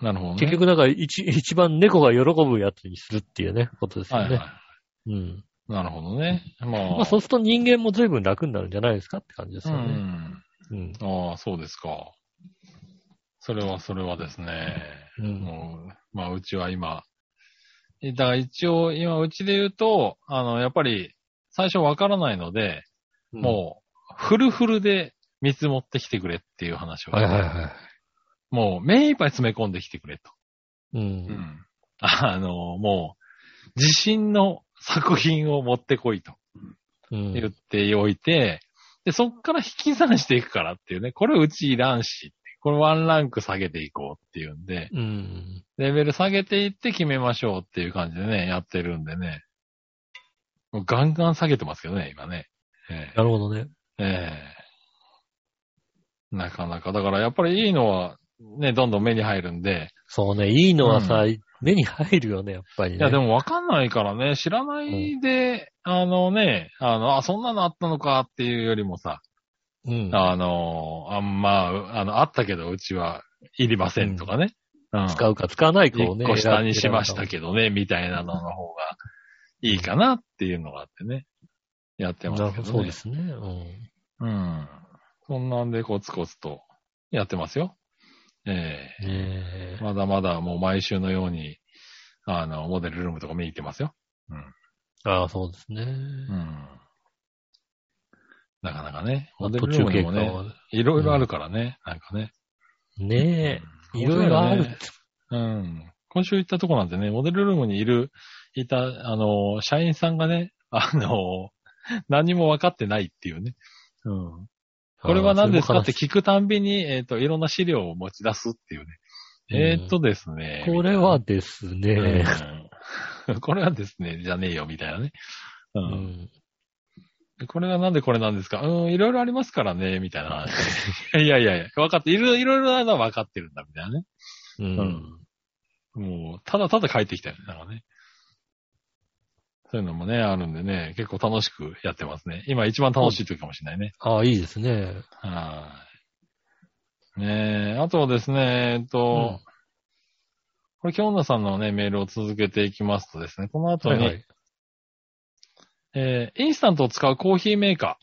C: なるほどね。
B: 結局なんか一一番猫が喜ぶやつにするっていうね、ことですよ
C: は
B: ね。
C: いはい。
B: うん。
C: なるほどね。まあ。
B: まあそうすると人間も随分楽になるんじゃないですかって感じです
C: う
B: よね。
C: ん。
B: うん。
C: ああ、そうですか。それは、それはですね。
B: うん。
C: もう、まあ、うちは今。だから一応、今、うちで言うと、あの、やっぱり、最初わからないので、
B: うん
C: もう、フルフルで見積もってきてくれっていう話を。
B: はいはいは
C: もう、目いっぱい詰め込んできてくれと。
B: い。うん。
C: うん。 あの、もう、自信の作品を持ってこいと
B: うん。
C: 言っておいて、で、そっから引き算していくからっていうね、これうちいらんし、これワンランク下げていこうっていうんで、
B: うん。
C: レベル下げていって決めましょうっていう感じでね、やってるんでね。もうガンガン下げてますけどね、今ね。え
B: なるほどね。
C: えええなかなか、だからやっぱりいいのは、ね、どんどん目に入るんで、
B: そうね、いいのはさ、目に入るよね、やっぱりね。
C: いや、でもわかんないからね、知らないで、あのね、あの、あ、そんなのあったのかっていうよりもさ、
B: うん、
C: あの、あんまあ、あの、あったけど、うちはいりませんとかね。うん。
B: 使うか使わないかを
C: 一
B: ね。
C: 個下にしましたけどね、みたいなのの方がいいかなっていうのがあってね。やってます
B: なる
C: け
B: ほ
C: ど
B: ど
C: ね。
B: そうで。すね。うん。
C: うん。そんなんでコツコツとやってますよ。え
B: ね
C: えまだまだもう毎週のように、あの、モデルルームとか見に行ってますよ。
B: え。ああ、そうですね。
C: うん。なかなかね、
B: まあ
C: モデ
B: 途
C: ルル
B: 中
C: ーム
B: 経
C: で
B: 過
C: もね、
B: は。
C: いろいろあるからね、なんかね。
B: ねえ、いろいろある。
C: うん。今週行ったとこなんてね、モデルルームにいる、いた、あの、社員さんがね、あの、 何も分かってないっていうね。うん。これは何ですかって聞くたんびに、えっ、と、いろんな資料を持ち出すっていうね。
B: うん
C: えっ、とですね。
B: これはですね。
C: みたいな、 これはですね、じゃねえよ、みたいなね。う。
B: うんん。
C: これはなんでこれなんですかうん、いろいろありますからね、みたいな話。 いやいやいや、分かって、いろいろいろなのは分かってるんだ、みたいなね。
B: う。
C: うんもう、ただただ帰ってきたよね、なんかね。そういうのもね、あるんでね、結構楽しくやってますね。今一番楽しい時かもしれないね。
B: ああ、いいですね。
C: はい。ねえ、あとですね、えっと、
B: うん
C: これ、京奈さんのね、メールを続けていきますとですね、この後
B: は
C: に、
B: いはい。
C: えーインスタントを使うコーヒーメーカ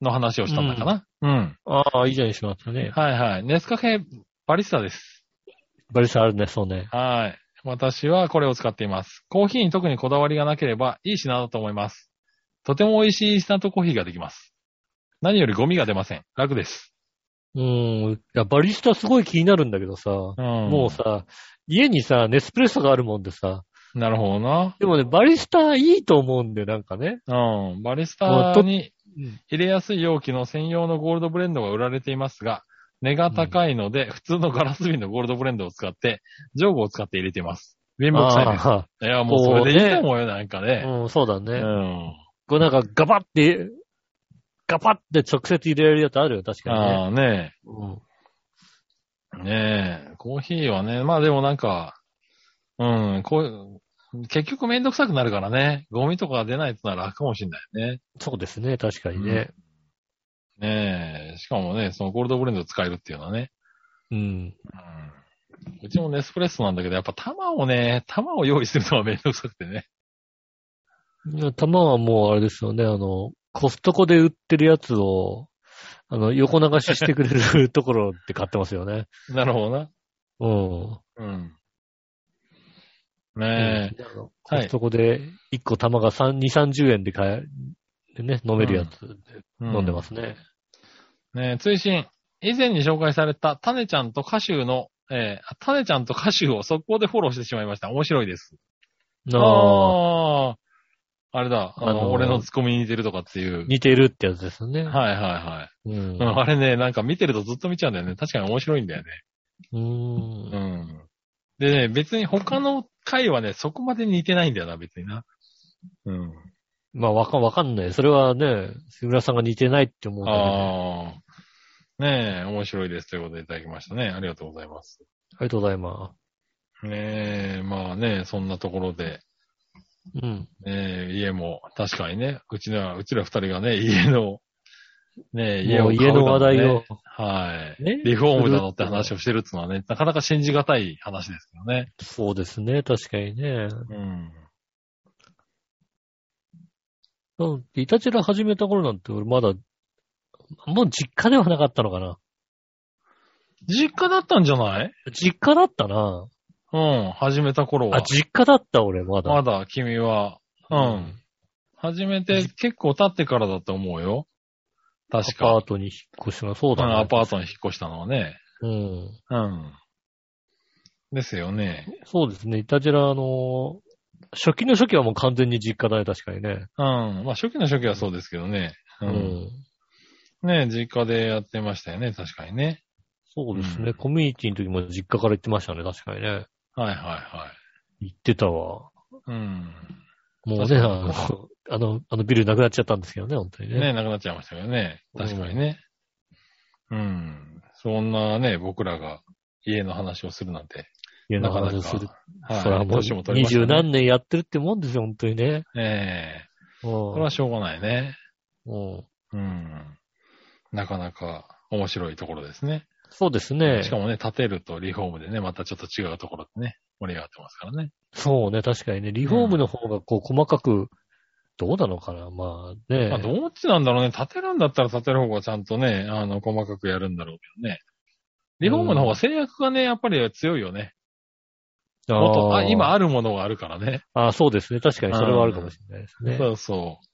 C: ーの話をしたんだかな。うん
B: ああ、いいじゃないしますかね。
C: はいはい。ネスカフェバリスタです。
B: バリスタあるね、そうね。
C: はい。私はこれを使っています。コーヒーに特にこだわりがなければいい品だと思います。とても美味しいインスタントコーヒーができます。何よりゴミが出ません。楽です。
B: うん。いや、バリスタすごい気になるんだけどさ、
C: うん。
B: もうさ、家にさ、ネスプレッソがあるもんでさ、
C: なるほどな。
B: でもね、バリスタいいと思うんで、なんかね。
C: うん。バリスタに入れやすい容器の専用のゴールドブレンドが売られていますが、値が高いので、普通のガラス瓶のゴールドブレンドを使って、上部を使って入れています。貧乏くさいです。
B: あ
C: いや、もうそれでいいと思うよ、なんか
B: あ
C: ね。
B: うん、そうだね。
C: うん
B: こうなんかガバって、ガバって直接入れられるやつあるよ、確かにね。
C: ああね
B: うん
C: え、ねえ、コーヒーはね、まあでもなんか、うん、こういう、結局めんどくさくなるからね、ゴミとかが出ないとなら楽かもしんないね。
B: そうですね、確かにね。
C: ねえ、しかもね、そのゴールドブレンドを使えるっていうのはね。
B: うん。
C: うん、うちもネスプレッソなんだけど、やっぱ玉をね、玉を用意するのはめんどくさくてね。
B: いや玉はもうあれですよね、あの、コストコで売ってるやつを、あの、横流ししてくれるところって買ってますよ ね。
C: なるほどな。
B: うん。
C: うん。
B: え
C: ねえ、
B: コストコで1個玉が3、2、30円で買え、でね、飲めるやつ
C: う
B: 飲んでますね。
C: ねえ、追伸。以前に紹介された、タネちゃんと歌手の、えー、タネちゃんと歌手を速攻でフォローしてしまいました。面白いです。
B: ああ、
C: あー。あれだ、あの、
B: あのー
C: 俺のツッコミに似てるとかっていう。
B: 似てるってやつですね。
C: はいはいはい、
B: うん。
C: うんあれね、なんか見てるとずっと見ちゃうんだよね。確かに面白いんだよね。
B: うん
C: うん。でね、別に他の回はね、そこまで似てないんだよな、別にな。うん。
B: まあ、わか、わかんない。それはね、杉村さんが似てないって思うんだけど、あ
C: ああ。ねえ、面白いです。ということでいただきましたね。ありがとうございます。
B: りがとうございま
C: ねえ、まあね、そんなところで、
B: す。うん。
C: ねえ、家も、確かにね、うちら、うちら二人がね、家の、ねえ、家
B: も
C: を
B: う
C: 買う
B: 家
C: だ
B: の話
C: のね
B: 題を。
C: はい。
B: ね
C: リフォームだのって話をしてるってのはね、なかなか信じがたい話ですけどね。
B: そうですね、確かにね。
C: うん。
B: うん。イタチラ始めた頃なんて、俺まだ、もう実家ではなかったのかな。
C: 実家だったんじゃない
B: 実家だったな。
C: うん、始めた頃は
B: あ、。実家だった俺、まだ。
C: まだ君は、うん。始めて結構経ってからだと思うよ。確
B: アパ
C: か。
B: ートに引っ越したの。そう
C: う
B: だね。
C: んアパートに引っ越したのはね。
B: うん。
C: うん。ですよね。
B: そうですね、イタチラ、あの、初期の初期はもう完全に実家だね、確かにね。
C: うん。まあ、初期の初期はそうですけどね。う。
B: うん
C: ね実家でやってましたよね、確かにね。
B: そうですね、
C: うん
B: コミュニティの時も実家から行ってましたね、確かにね。
C: はいはいは
B: 行ってたわ。
C: い。うん。
B: もう
C: そ
B: ね、
C: う
B: あ
C: そう
B: の、あの、あのビルなくなっちゃったんですけどね、本当にね。
C: ねなくなっちゃいましたけどね。確かにね。うん。そんなね、僕らが家の話をするなんて、
B: 家
C: な
B: の
C: かな
B: 話
C: か。
B: をする。それ
C: は。
B: はいもう
C: 年も取
B: 二
C: りまし
B: 十
C: たね
B: 何年やってるってもんですよ、本当にね。
C: ええ
B: うん。
C: これはしょうがないね。
B: うん
C: うん。なかなか面白いところですね。
B: そうですね
C: し。かもね、建てるとリフォームでね、またちょっと違うところでね、盛り上がってますからね。
B: そうね、確かにね。リフォームの方がこう細かく、どうなのかなまあね。
C: まあ、どっちなんだろうね。建てるんだったら建てる方がちゃんとね、あの、細かくやるんだろうけどね。リフォームの方が制約がね、やっぱり強いよね。
B: あー
C: もっとあ今あるものがあるからね。
B: あそうですね。確かにそれはあるかもしれないですね。
C: そうそう。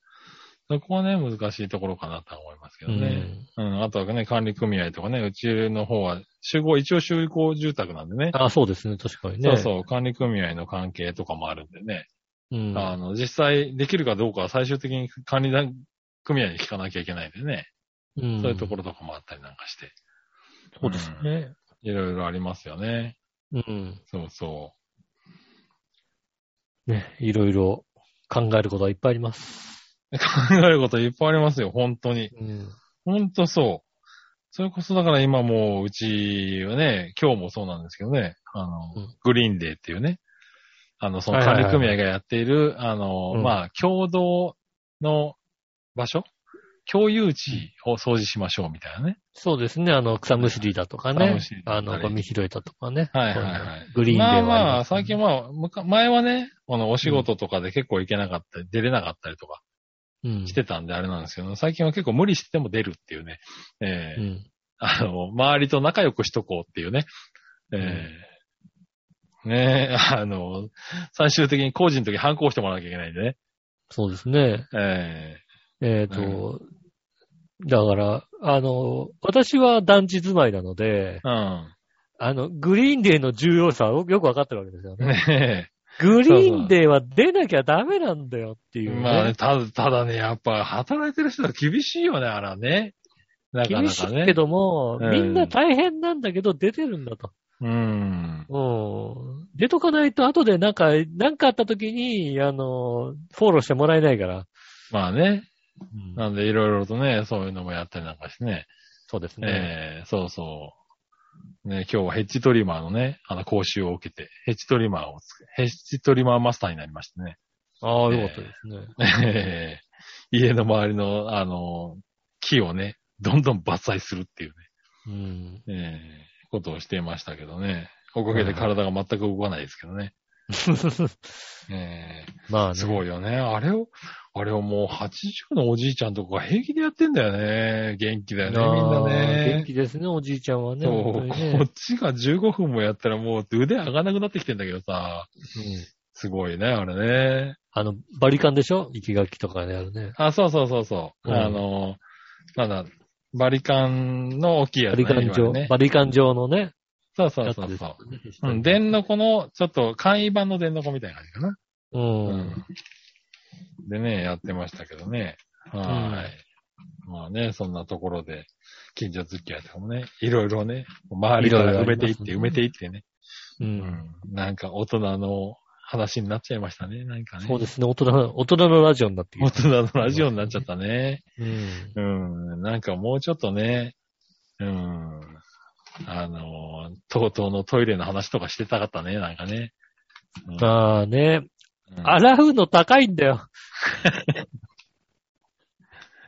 C: そこはね、難しいところかなとは思いますけど
B: うん
C: ね。うん、あとはね、管理組合とかね、うちの方は、集合、一応集合住宅なんでね。
B: あそうですね。確かにね。
C: そうそう、管理組合の関係とかもあるんでね。
B: う。ん。
C: あの、実際できるかどうかは最終的に管理団組合に聞かなきゃいけないんでね。
B: うん
C: そういうところとかもあったりなんかして。
B: そうですね。
C: いろいろありますよね。
B: うん。
C: そうそ
B: ね、いろいろ考えることはいっぱいあります。
C: 考えることいっぱいありますよ、本当に。
B: うん。
C: ほんとそう。それこそだから今もううちはね、今日もそうなんですけどね、あの、
B: うん
C: グリーンデーっていうね、あの、その
B: はいはい
C: 管
B: はい
C: 理組合がやっている、あの、
B: うん
C: まあ、共同の場所共有地を掃除しましょうみたいなね。
B: そうですね、あの、草むしりだとか
C: 草
B: ね
C: むしり、だ
B: あ
C: ったり
B: の、ゴミ拾えたとかね。
C: はいはいはい。
B: グリーンで
C: ま
B: は
C: あまあ、
B: りすね
C: 最近は、むか前はね、このお仕事とかで結構行けなかったり、出れなかったりとか
B: うん。
C: してたんであれなんですけど、最近は結構無理しても出るっていうね、ええ
B: うん。
C: あの、周りと仲良くしとこうっていうね。ええねえ、 あの、最終的に工事の時反抗してもらわなきゃいけないんでね。
B: そうですね。
C: え
B: えっ、と、だから、あの、私は団地住まいなので、
C: え
B: あの、グリーンデーの重要さをよくわかってるわけですよ
C: うん。
B: ね。
C: ね
B: グリーンデーは出なきゃダメなんだよってい
C: え。
B: う、ね。
C: まあね、ただ、ただね、やっぱ働いてる人は厳しいよね、あらね。なか
B: 厳
C: な
B: し
C: か
B: い
C: ね。
B: けども、
C: うん
B: みんな大変なんだけど出てるんだと。
C: うん。
B: うん。出とかないと後でなんか、なんかあった時に、あの、フォローしてもらえないから。
C: まあね。
B: うん
C: なんで、いろいろとね、そういうのもやったりなんかしてね。
B: そうですね。
C: ええそうそう。ね、今日はヘッジトリマーのね、あの、講習を受けて、ヘッジトリマーをつけ、ヘッジトリマーマスターになりましたね。
B: ああ、よかったですね。
C: ええ家の周りの、あの、木をね、どんどん伐採するっていう
B: うん。
C: ね、ええことをしていましたけどね。おかげで体が全く動かないですけどね。え
B: まあ
C: え
B: ね。
C: すごいよね。あれを、あれをもう80のおじいちゃんとか平気でやってんだよね。元気だよね、みんな
B: あー元
C: ね。
B: 気ですね、おじいちゃんはね。
C: そう、
B: 本当にね
C: こっちが15分もやったらもう腕上がらなくなってきてんだけどさ。
B: うん
C: すごいね、あれね。
B: あの、バリカンでしょ生垣とかであるね。
C: あ、そうそうそうそう。
B: うん
C: あの、なんだ、バリカンの大きいや
B: バ
C: つ、ね、
B: リカン
C: い
B: 状、
C: わゆるね。
B: バリカン状のね。
C: そうそうそうそう。
B: う
C: うん、
B: ん。
C: 電のこの、ちょっと簡易版の電のこみたいな感じかな。
B: う。
C: うんん。でね、やってましたけどね。はーい。まあね、そんなところで、近所付き合いとかもね、いろいろね、周りから埋めて
B: いろいろあり
C: いって、埋
B: ますね
C: めていってね。
B: う。
C: うんん。なんか大人の話になっちゃいましたね、なんかね。
B: そうですね、大人の、大人のラジオになってき
C: 大
B: た。
C: 人のラジオになっちゃったね。
B: うん。
C: うん、なんかもうちょっとね、うん、あのー、とうとうのトイレの話とかしてたかったね、なんかね。うん
B: まあね、
C: うん
B: 洗うの高いんだよ。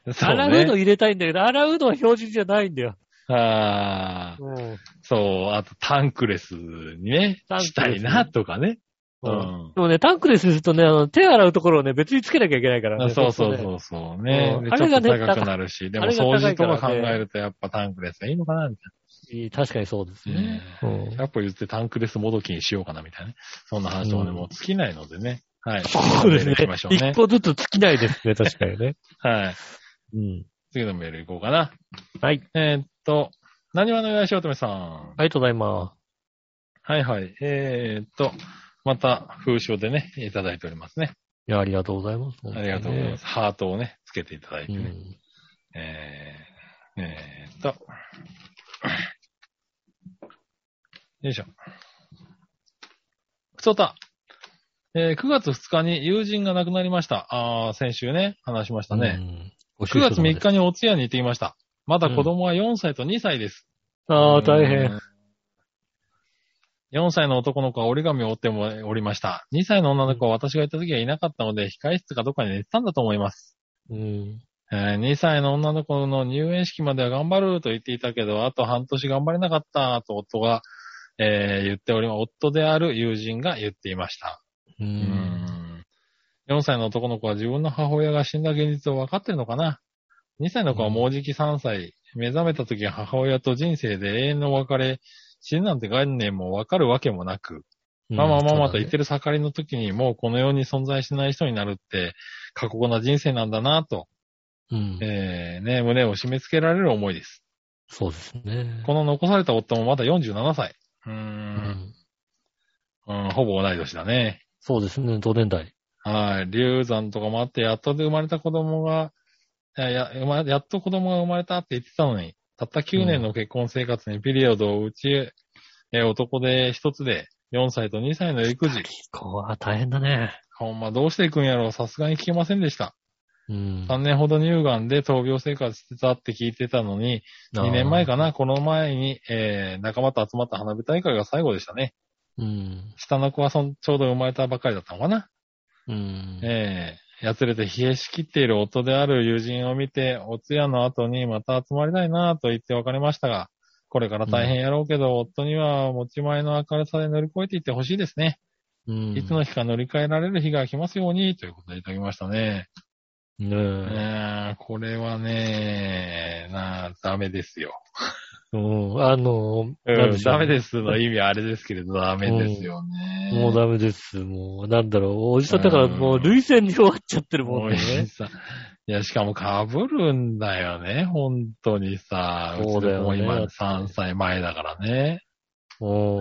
C: そう
B: 洗うの
C: ね。
B: 入れたいんだけど、洗うのは標準じゃないんだよ。
C: ああ、
B: うん。
C: そう、あとタンクレスにね、
B: タンクレスね
C: したいなとかね。うん
B: でもね、タンクレスするとね、あの、手洗うところをね、別につけなきゃいけないから
C: あ
B: ね。
C: そうそう
B: う
C: そうそうね。
B: うん
C: で
B: あ
C: ち
B: れ
C: ょっ
B: が
C: と
B: ね
C: 高くなるし、でも
B: あれが高
C: 掃
B: い
C: 除とか
B: か
C: 考
B: らね
C: えるとやっぱタンクレスがいいのかな、み
B: すね。確かにそうです
C: たいな
B: ね
C: ね。。
B: う
C: うん
B: ん
C: 100歩言ってタンクレスもどきにしようかな、みたいなね。そんな話もね、
B: うん
C: もう尽きないのでね。はい。
B: そうですね
C: 行きましょ。うね
B: 一。個ずつ尽きないですね、確かに ね。
C: はい。
B: うん。
C: 次のメール行こうかな。
B: はい。
C: えーっと、何話のよしおとめさん。
B: ありがとうございま
C: はいはい。えーっと、また封書でね、いただいておりますね。
B: す。いや、ありがとうございます。。
C: ありがとうございますす。ハートをね、つけていただいて
B: う
C: ね。
B: ん。
C: えー、えーっと、よいしょ。ふとた。えー9月2日に友人が亡くなりました。あー先週ね、話しましたね。
B: うん。ご
C: 9月3
B: 日。
C: 日にお通夜に行ってきました。まだ子供は4歳と2歳です。
B: ああ、大変。。
C: 4歳の男の子は折り紙を折ってもおりました。2歳の女の子は私が行った時はいなかったので、控室かどっかに寝てたんだと思います。
B: うん。
C: えー2歳の女の子の入園式までは頑張ると言っていたけど、あと半年頑張れなかったと夫が、えー言っておりま、夫である友人が言っていました。
B: う。
C: うんん4歳の男の子は自分の母親が死んだ現実を分かってるのかな ?2 歳の子はもうじき3歳。目覚めた時は母親と人生で永遠の別れ、死ぬなんて概念も分かるわけもなく、ママママと言ってる盛りの時にもうこの世に存在しない人になるって過酷な人生なんだなと、
B: うん。
C: えーね、胸を締め付けられる思いです。
B: そうですね。
C: この残された夫もまだ47歳。う
B: う
C: ー、
B: んん
C: うん、ほぼ同い年だね。
B: そうですね、同年代。
C: はい。流産とかもあって、やっとで生まれた子供が、いや、や、生まやっと子供が生まれたって言ってたのに、たった9年の結婚生活にピリオドをうち、えー男で一つで、4歳と2歳の育児。
B: ここは大変だね。
C: ほんまどうしていくんやろうさすがに聞けませんでした。
B: うん。
C: 3年ほど乳がんで闘病生活してたって聞いてたのに、2年前かな、この前に、えー、仲間と集まった花火大会が最後でしたね。
B: うん。
C: 下の子はそんちょうど生まれたばかりだったのかな。
B: うん。
C: えー、やつれて冷えしきっている夫である友人を見て、お通夜の後にまた集まりたいなぁと言って別れましたが、これから大変やろうけど、夫には持ち前の明るさで乗り越えていってほしいですね。
B: うん。
C: いつの日か乗り換えられる日が来ますように、ということでいただきましたね。
B: ねえ。
C: ねえこれはね、なあダメですよ。
B: うん。あの、なん
C: うん、
B: しょう
C: ダメですの意味あれですけれど、ダメですよね。
B: もうダメです。もう、なんだろう。おじさん、だからもう、
C: うん
B: 類線に終わっちゃってるも
C: も
B: ん
C: う
B: ね
C: い。いさ。いや、しかも被るんだよね、本当にさ。
B: そうだよね
C: うちの子も今3歳前だからね。
B: う
C: うん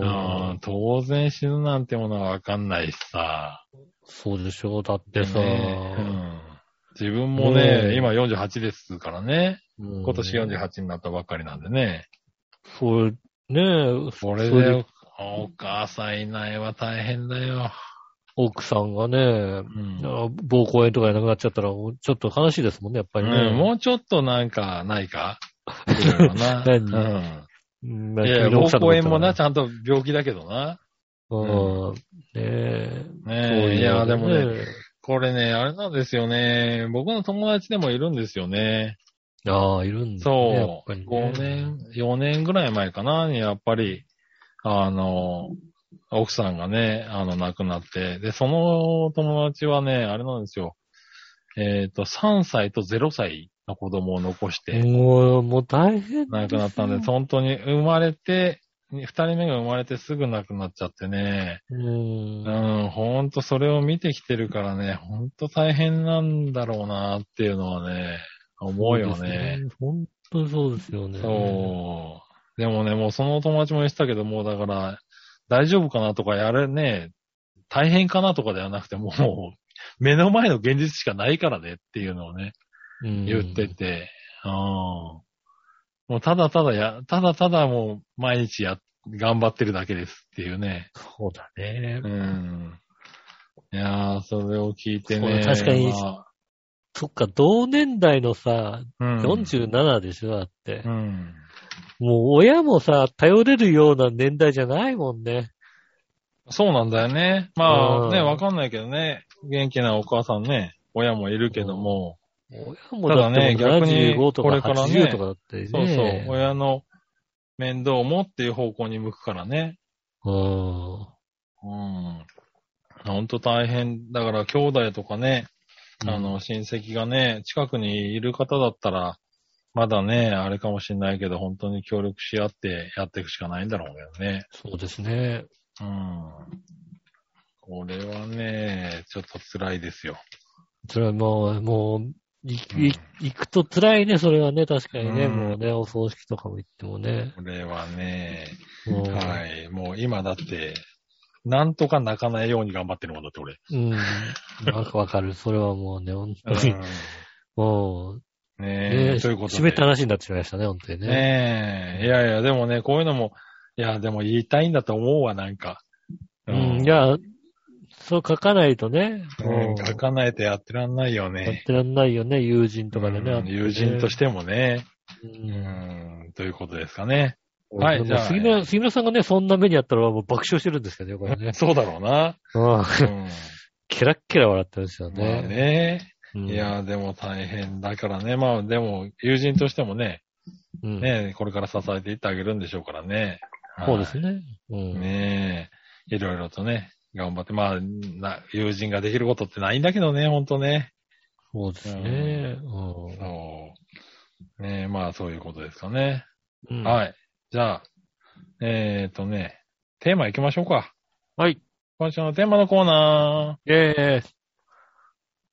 B: ん。、
C: 当然死ぬなんてものはわかんないしさ。
B: そうでしょ。だってさ、
C: ねうん、自分もね、
B: うん
C: 今48ですからね。
B: うん
C: 今年48になったばっかりなんでね。
B: そう、ねえ、
C: これ
B: それで
C: で、お母さんいないは大変だよ。
B: 奥さんがね
C: う、ん
B: あ暴行炎とかいなくなっちゃったら、もうちょっと悲しいですもんね、やっぱりね。。
C: うん、もうちょっとなんか、ないかいろいろな
B: 何
C: うん
B: うんまあ
C: いやいや、
B: 君の
C: 膀
B: 奥さんのこ
C: 胱
B: と
C: 炎もな、ち
B: だ
C: ゃんと病気だけどな。
B: うん。ねえ。そう
C: ねえ、いや、
B: の
C: でもね、。これね、あれなんですよね。僕の友達でもいるんですよね。
B: ああ、いるんだ、ね。やっ
C: そ
B: ぱり
C: う、5年、4年ぐらい前かな、にやっぱり、あの、奥さんがね、あの、亡くなって、で、その友達はね、あれなんですよ。えっ、と、3歳と0歳の子供を残して、
B: もう、もう大変
C: 亡くなったんで、
B: すよ
C: 本当に生まれて、2人目が生まれてすぐ亡くなっちゃってね。
B: うん。
C: うん、ほんとそれを見てきてるからね、ほんと大変なんだろうなっていうのはね、思うよね。。
B: 本当にそうですよね。
C: そう。でもね、もうその友達も言ってたけど、もうだから、大丈夫かなとかやれね、大変かなとかではなくて、もう、目の前の現実しかないからねっていうのをね、
B: う。ん、
C: 言ってて、うん。もうただただや、ただただもう毎日や、頑張ってるだけですっていうね。
B: そうだね。
C: うん。いやー、それを聞いてね。
B: そう確かに
C: ま
B: そっか、同年代のさ、
C: あうん、
B: 47でしょ、だって
C: う。ん。
B: もう親もさ、頼れるような年代じゃないもんね。
C: そうなんだよね。
B: う
C: まあ
B: ん
C: ね、わかんないけどね。元気なお母さんね、親もいるけども、
B: 親もだって
C: ただね
B: 75とか
C: これからね
B: 80とかだってね。
C: そうそう、親の面倒もっていう方向に向くからね。うん。ほんと大変。だから兄弟とかね、
B: うん。
C: あの、親戚がね、近くにいる方だったら、まだね、あれかもしれないけど、本当に協力し合ってやっていくしかないんだろうけどね。
B: そうですね。
C: うん。これはね、ちょっと辛いですよ。
B: それはもう、もう、い
C: うん
B: い行くと辛いね、それはね、確かにね、
C: うん
B: もうね、お葬式とかも行ってもね。
C: これはね、
B: もう
C: はい。もう今だって、なんとか泣かないように頑張ってるもんだって俺。
B: うん。なんかわかる。それはもうね、本当に。もう、
C: ね
B: ね
C: え、ということで。
B: 締めた話になってしまいましたね、本当にね。
C: ねえ。いやいや、でもね、こういうのも、いや、でも言いたいんだと思うわ、なんか。
B: うん、いや、そう書かないとね、
C: う
B: も
C: ん
B: う、
C: 書かないとやってらんないよ
B: やっ
C: ね。
B: てらんないよね、友人とかでね。。
C: うん友人としててもね。
B: う
C: うんん、ということですかね。はい
B: でも
C: じゃあ。
B: 杉村、杉村さんがね、そんな目にあったらもう爆笑してるんですけどね、これね
C: そうだろうな。
B: うん
C: うん
B: ケラッケラ笑ってるんですよ
C: ま
B: ね。
C: あね。
B: うん
C: い、や、でも大変だからね。まあでも、友人としてもね、
B: うん
C: ね、これから支えていってあげるんでしょうからね。
B: そうです
C: ね。
B: ね。うん
C: ねえ、いろいろとね、頑張って、まあ、な友人ができることってないんだけどね、ほんとね。
B: そうですね。うん
C: そう。ねえ、まあそういうことですかね。
B: うん
C: はい。じゃあ、えっ、ー、とね、テーマ行きましょうか。
B: はい。
C: 今週のテーマのコーナ
B: えー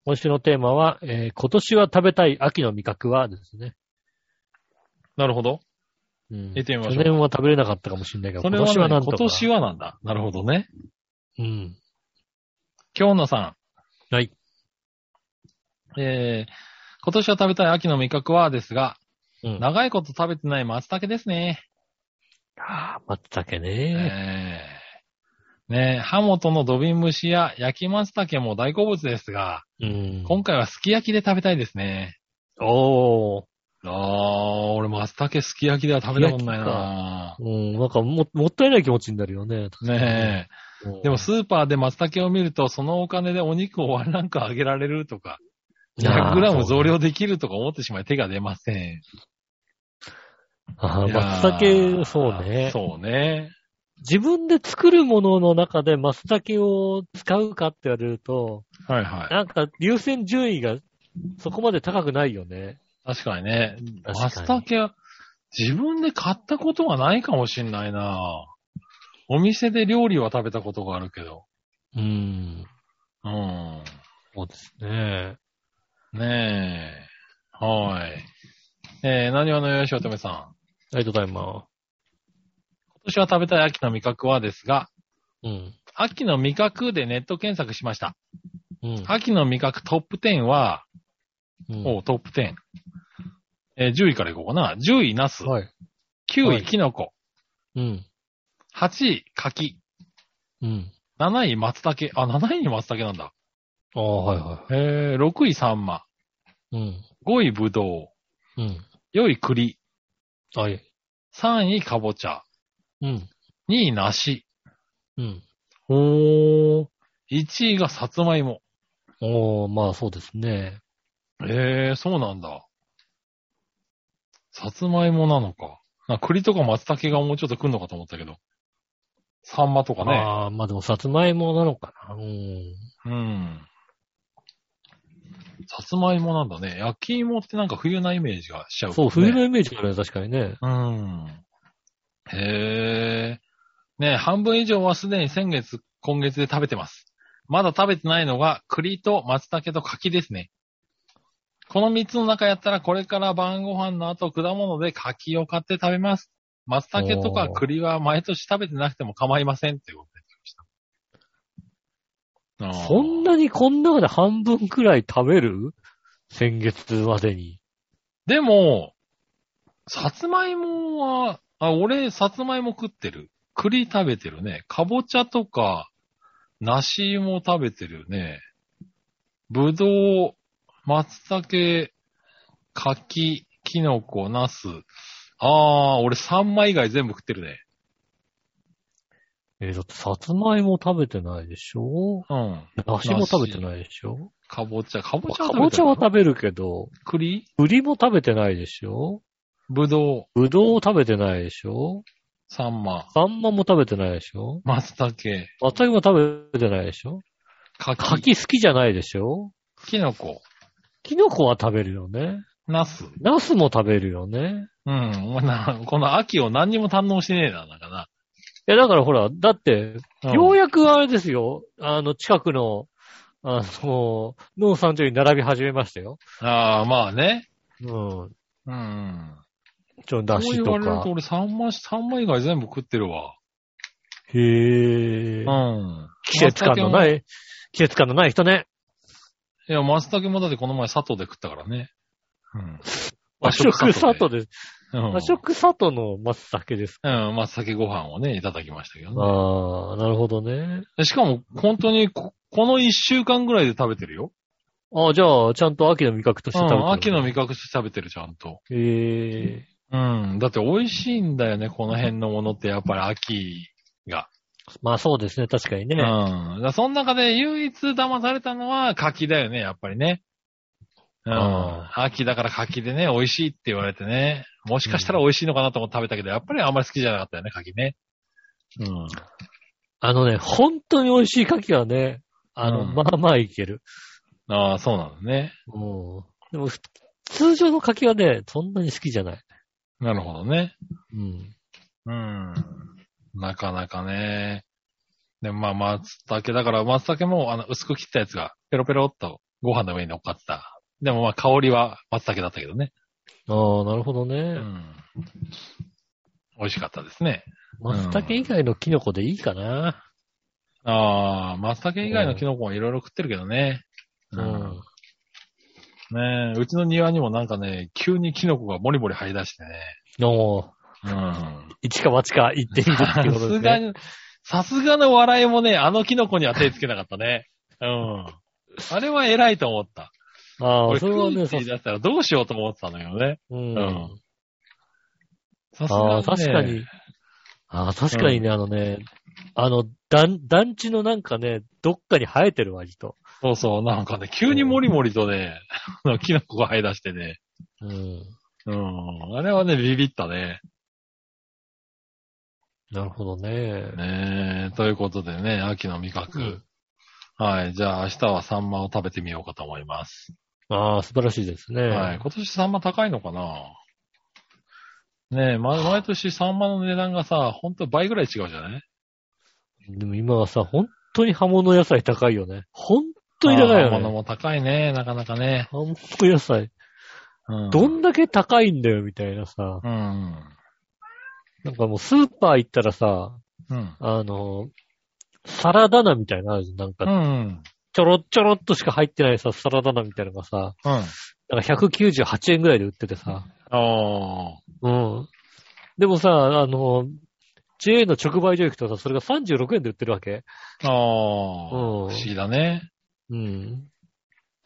B: 今週のテーマは、えー今年は食べたい秋の味覚はですね。
C: ー。なるほど。
B: うん
C: 行ってみましょう
B: 去年は食べれなかったかもしれないけど、
C: そ
B: 今
C: れは、ね、
B: 年はなんとか。
C: 今年はなんだ。なるほどね。
B: うん。
C: 今日のさん。
B: はい。
C: えー、今年は食べたい秋の味覚はですが、
B: うん。
C: 長いこと食べてない松茸ですね。
B: ああ、松茸ね。
C: えねえ、ハモとの土瓶蒸しや焼き松茸も大好物ですが、
B: うん。
C: 今回はすき焼きで食べたいですね。
B: おー。
C: ああ、俺松茸すき焼きでは食べたことないな
B: うん、なんかも、もったいない気持ちになるよね。
C: ね
B: え。
C: え。でもスーパーで松茸を見ると、そのお金でお肉をワンランク上げられるとか、100グラム増量できるとか思ってしまい手が出ません。
B: あー。
C: いやー
B: 松茸、そうね。
C: そうね。
B: 自分で作るものの中で松茸を使うかって言われると、
C: はいはい。
B: なんか優先順位がそこまで高くないよね。
C: 確かにね。
B: 確かに
C: 松茸は自分で買ったことがないかもしんないなお店で料理は食べたことがあるけど。
B: うん。
C: うん。
B: そうですね。
C: ねえ。はい。えー、何わのよしおとめさん。
B: ありがとうございま
C: 今年は食べたい秋の味覚はですが、
B: す。うん。
C: 秋の味覚でネット検索しました。
B: うん。
C: 秋の味覚トップ10は、
B: うん
C: おうトップ10。えー10位からいこうかな。10位、ナス。
B: はい。
C: 9
B: は
C: 位、
B: い
C: キノコ。
B: うん。
C: 8位、柿。
B: うん。
C: 7位、松茸。あ、7位に松茸なんだ。
B: ああ、はいは
C: えー、6位、サンマ。
B: い。うん。
C: 5位、ブド
B: うん。
C: ウ。4位、栗。
B: はい。
C: 3位、カボチャ。
B: うん。
C: 2位、梨。
B: うん。
C: おー。1位がサツマイモ。
B: おー、まあそうですね。
C: ええそうなんだ。さつまいもなのか。な栗とか松茸がもうちょっと来んのかと思ったけど。サンマとかね。
B: ああ、まあでもさつまいもなのかな。うん。
C: うん。さつまいもなんだね。焼き芋ってなんか冬なイメージがしちゃう、ね。
B: そう、冬のイメージがあるね、確かにね。
C: うん。へえ。ねえ半分以上はすでに先月、今月で食べてます。まだ食べてないのが、栗と松茸と柿ですね。この3つの中やったら、これから晩ご飯の後、果物で柿を買って食べます。松茸とか
B: おー
C: 栗は毎年食べてなくても構いませんっていうことでした。
B: そん
C: な
B: なにこん中で半分くらい食べる先月までに。
C: でも、さつまいもは、あ、俺、さつまいも食ってる。栗食べてるね。かぼちゃとか、梨も食べてるね。ぶどう、松茸、柿、きのこ、ナス。あー、俺3枚以外全部食ってるね。
B: えーだってさつまいも食べてないでしょ
C: うん。
B: 梨も食べてないでしょ
C: かぼちゃ、かぼちゃ
B: か
C: は食べ
B: ぼ
C: て
B: ちゃ
C: る
B: は
C: のかな
B: 食べるけど、
C: 栗
B: 栗も食べてないでしょ
C: ぶど
B: ぶどう食べてないでしょ
C: う、サンマ、
B: サンマも食べてないでしょ
C: 松茸、
B: 松茸も食べてないでしょ
C: 柿、
B: 柿好きじゃないでしょ
C: きのこ、
B: キノコは食べるよね。
C: ナス。
B: ナスも食べるよね。
C: うん。 お前な、この秋を何にも堪能してねえな、なんかな。
B: いや、だからほら、だって、
C: うん
B: ようやくあれですよ、あの、近くの、あの、農産所に並び始めましたよ。
C: ああ、まあね。
B: うん。
C: うん。
B: ちょ、だ
C: そう
B: し
C: 言
B: と
C: われると
B: か。
C: 俺3枚、三枚以外全部食ってるわ。
B: へえ
C: う。ん。。
B: 季節感のないい、季節感のない人ね。
C: いや、松茸もだってこの前佐藤で食ったからね。うん。
B: 和食
C: 佐
B: 佐
C: 藤
B: 藤です。
C: うん。
B: 和食佐藤の松茸です。
C: うん、松茸ご飯をね、いただきましたけどね。
B: ああ、なるほどね。
C: でしかも、本当にこ、この1週間ぐらいで食べてるよ。
B: ああ、じゃあ、ちゃんと秋の味覚として食べて
C: う
B: る
C: ん、秋の味覚として食べてる、ちゃんと。
B: へえ。
C: うん。だって美味しいんだよね、この辺のものって、やっぱり秋が。
B: まあそうですね、確かにね。
C: うん。だからその中で唯一騙されたのは柿だよね、やっぱりね。うん
B: あ。
C: 秋だから柿でね、美味しいって言われてね。もしかしたら美味しいのかなと思って食べたけど、やっぱりあんまり好きじゃなかったよね、柿ね。うん。
B: あのね、本当に美味しい柿はね、あの、
C: うん
B: まあまあいける。
C: ああ、そうなのね。
B: うん。でも、ふ通常の柿はね、そんなに好きじゃない。
C: なるほどね。
B: うん。
C: うん。なかなかね。で、まあ、松茸だから、松茸も、あの、薄く切ったやつが、ペロペロっとご飯の上に乗っかってた。でもまあ、香りは松茸だったけどね。
B: ああ、なるほどね。
C: うん。美味しかったですね。
B: 松茸以外のキノコでいいかな。
C: ああ、松茸以外のキノコもいろいろ食ってるけどね。
B: うん。。
C: ねえ、うちの庭にもなんかね、急にキノコがもりもり張り出してね。
B: の、
C: うん。
B: 一か八か行ってみるっていうこと
C: さ
B: ですす
C: が
B: ね。
C: に、さすがの笑いもね、あのキノコには手つけなかったね。うん。あれは偉いと思った。
B: ああ、
C: 俺、
B: そ
C: ク
B: れは
C: ー
B: ね、
C: って
B: さ
C: 言い出したらどうしようと思ってたのよね。
B: う。
C: うんん。さす
B: あ
C: が
B: あ、確かに。。ああ、確かにね、あのね、あの、団、団地のなんかね、どっかに生えてる割と。
C: そうそう、なんかね、急にもりもりとね、あのキノコが生え出してね。
B: うん。
C: うん。あれはね、ビビったね。
B: なるほどね。
C: ねえ、ということでね、秋の味覚。
B: うん
C: はい、じゃあ明日はサンマを食べてみようかと思います。
B: ああ、素晴らしいですね。
C: はい、今年サンマ高いのかなねえ、ま毎年サンマの値段がさ、ほんと倍ぐらい違うじゃない
B: でも今はさ、本当に葉物野菜高いよね。本当に高いよ
C: あー物
B: ね。
C: も高いね、なかなかね。
B: 葉物野菜。
C: うん。
B: どんだけ高いんだよ、みたいなさ。
C: うん。
B: なんかもうスーパー行ったらさ、
C: うん。
B: あの、サラダ菜みたいなのあるじゃん。なん
C: う
B: か、
C: ん。
B: ちょろっちょろっとしか入ってないさ、サラダ菜みたいなのがさ、
C: うん。あ
B: なんか198円ぐらいで売っててさ。
C: あ
B: うん。でもさ、あの、JA の直売所行くとさ、それが36円で売ってるわけ。
C: ー。ああー。不
B: うん
C: 思議だね。
B: うん。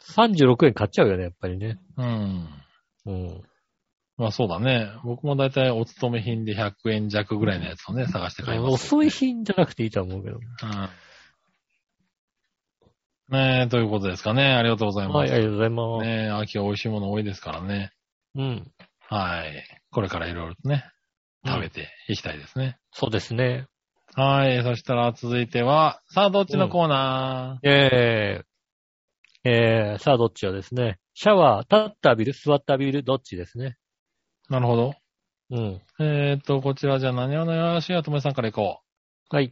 B: 36円買っちゃうよね、やっぱりね。
C: うん。
B: うん。
C: まあそうだね。僕もだいたいお勤め品で100円弱ぐらいのやつをね、探して買います。
B: 遅い品じゃなくていいと思うけど。
C: うんねえ、ということですかね。ありがとうございます。
B: はい、ありがとうございます。
C: ねえ、秋は美味しいもの多いですからね。
B: うん。
C: はい。これからいろいろとね、食べていきたいですね。
B: そうですね。
C: はい。そしたら続いては、さあどっちのコーナ
B: えー、えー、さあどっちはですね、シャワー、立ったビール、座ったビール、どっちですね。
C: ー、なるほど。
B: うん。
C: えーっと、こちらじゃあ何をのよしやとめさんからいこ
B: はい。
C: う。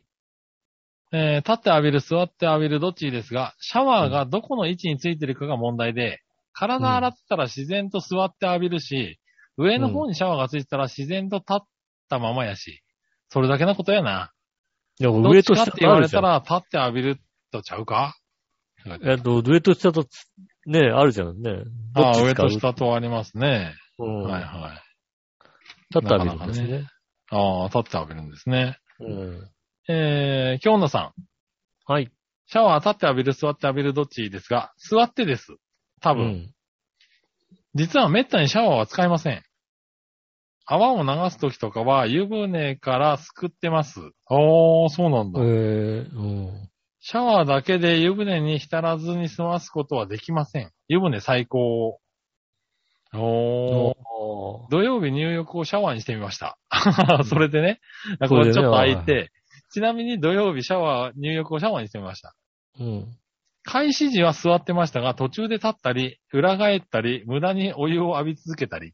C: えー、立って浴びる、座って浴びる、どっちですが、シャワーがどこの位置についてるかが問題で、体洗ってたら自然と座って浴びるし、上の方にシャワーがついてたら自然と立ったままやし、それだけのことやな。
B: でも
C: どっ
B: 上
C: ち
B: と
C: かっ
B: 下
C: て
B: と
C: 言
B: あ
C: わ
B: る
C: れ
B: じゃ
C: た
B: ん。
C: ら、立って浴びるとちゃうか
B: えっと、上と下とつ、ね、あるじゃんね。どっ
C: ああ、
B: ち
C: 上
B: 使う
C: と下とありますね。
B: うん。
C: はいはい。
B: 立ったビールですね。
C: ああ、立って浴びるんですね。
B: うん。
C: えー、京野さん。
B: はい。
C: シャワー立って浴びる、座って浴びるどっちですが、座ってです。多
B: 多
C: 分。。実はめったにシャワーは使いません。泡を流すときとかは湯船からすくってます。ああ、そうなん
B: え
C: だ。
B: ー、うん。
C: シャワーだけで湯船に浸らずに済ますことはできません。湯船最高。おー。
B: お
C: 土曜日入浴をシャワーにしてみました。 それでね、こ
B: それで
C: こ
B: ね
C: ちょっと空いて、ちなみに土曜日シャワー、入浴をシャワーにしてみました。
B: ーうん。
C: 開始時は座ってましたが、途中で立ったり、裏返ったり、無駄にお湯を浴び続けたり、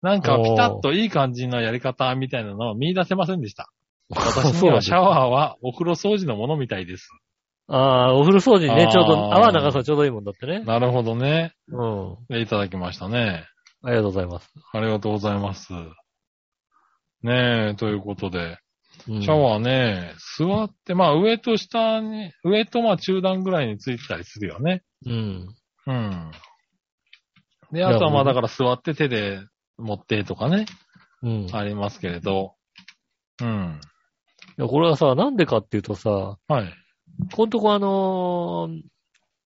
C: なんかピタッといい感じのやり方みたいなのを見出せませんでした。私にはシャ
B: ー。
C: ワーはお風呂掃除のものみたいです。
B: ああ、お風呂掃除ね、ちょうど、
C: あ
B: 泡
C: ー
B: 流すのちょうどいいもんだってね。
C: なるほどね。
B: うん。
C: でいただきましたね。
B: ありがとうございます。
C: ありがとうございます。ねえ、ということで。
B: うん
C: シャワーね、座って、まあ上と下に、上とまあ中段ぐらいについてたりするよね。
B: うん。
C: うん。で、
B: や
C: あとはまあ
B: ほ
C: だ
B: んと
C: から座って手で持ってとかね、
B: うん。い
C: ありますけれど。うん。
B: や、これはさ、なんでかっていうとさ、
C: はい。
B: このとこあのー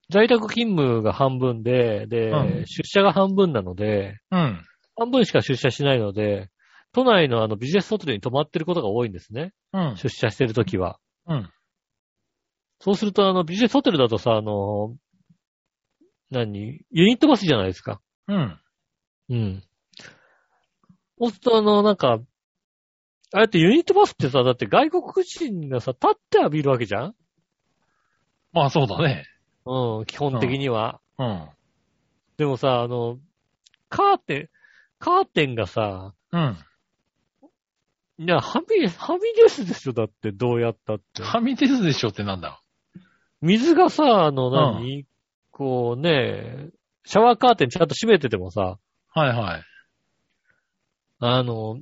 B: 在宅勤務が半分で、で、
C: う
B: 出社が半分なので、
C: うん。
B: 半分しか出社しないので、都内のあのビジネスホテルに泊まってることが多いんですね。
C: うん。
B: 出社してるときは。
C: うん。
B: そうすると、あの、ビジネスホテルだとさ、あの、何ユニットバスじゃないですか。
C: うん。
B: うん。そうすると、あの、なんか、あれってユニットバスってさ、だって外国人がさ、立って浴びるわけじゃん
C: まあそうだね。
B: うん、基本的には。
C: うん。
B: でもさ、あの、カーテン、カーテンがさ、
C: うん。
B: いや、はみ、はみ出すでしょ、だって、どうやったって。
C: はみ出すでしょってなんだ
B: 水がさ、あの何、こうね、シャワーカーテンちゃんと閉めててもさ、
C: はいはい。
B: あの、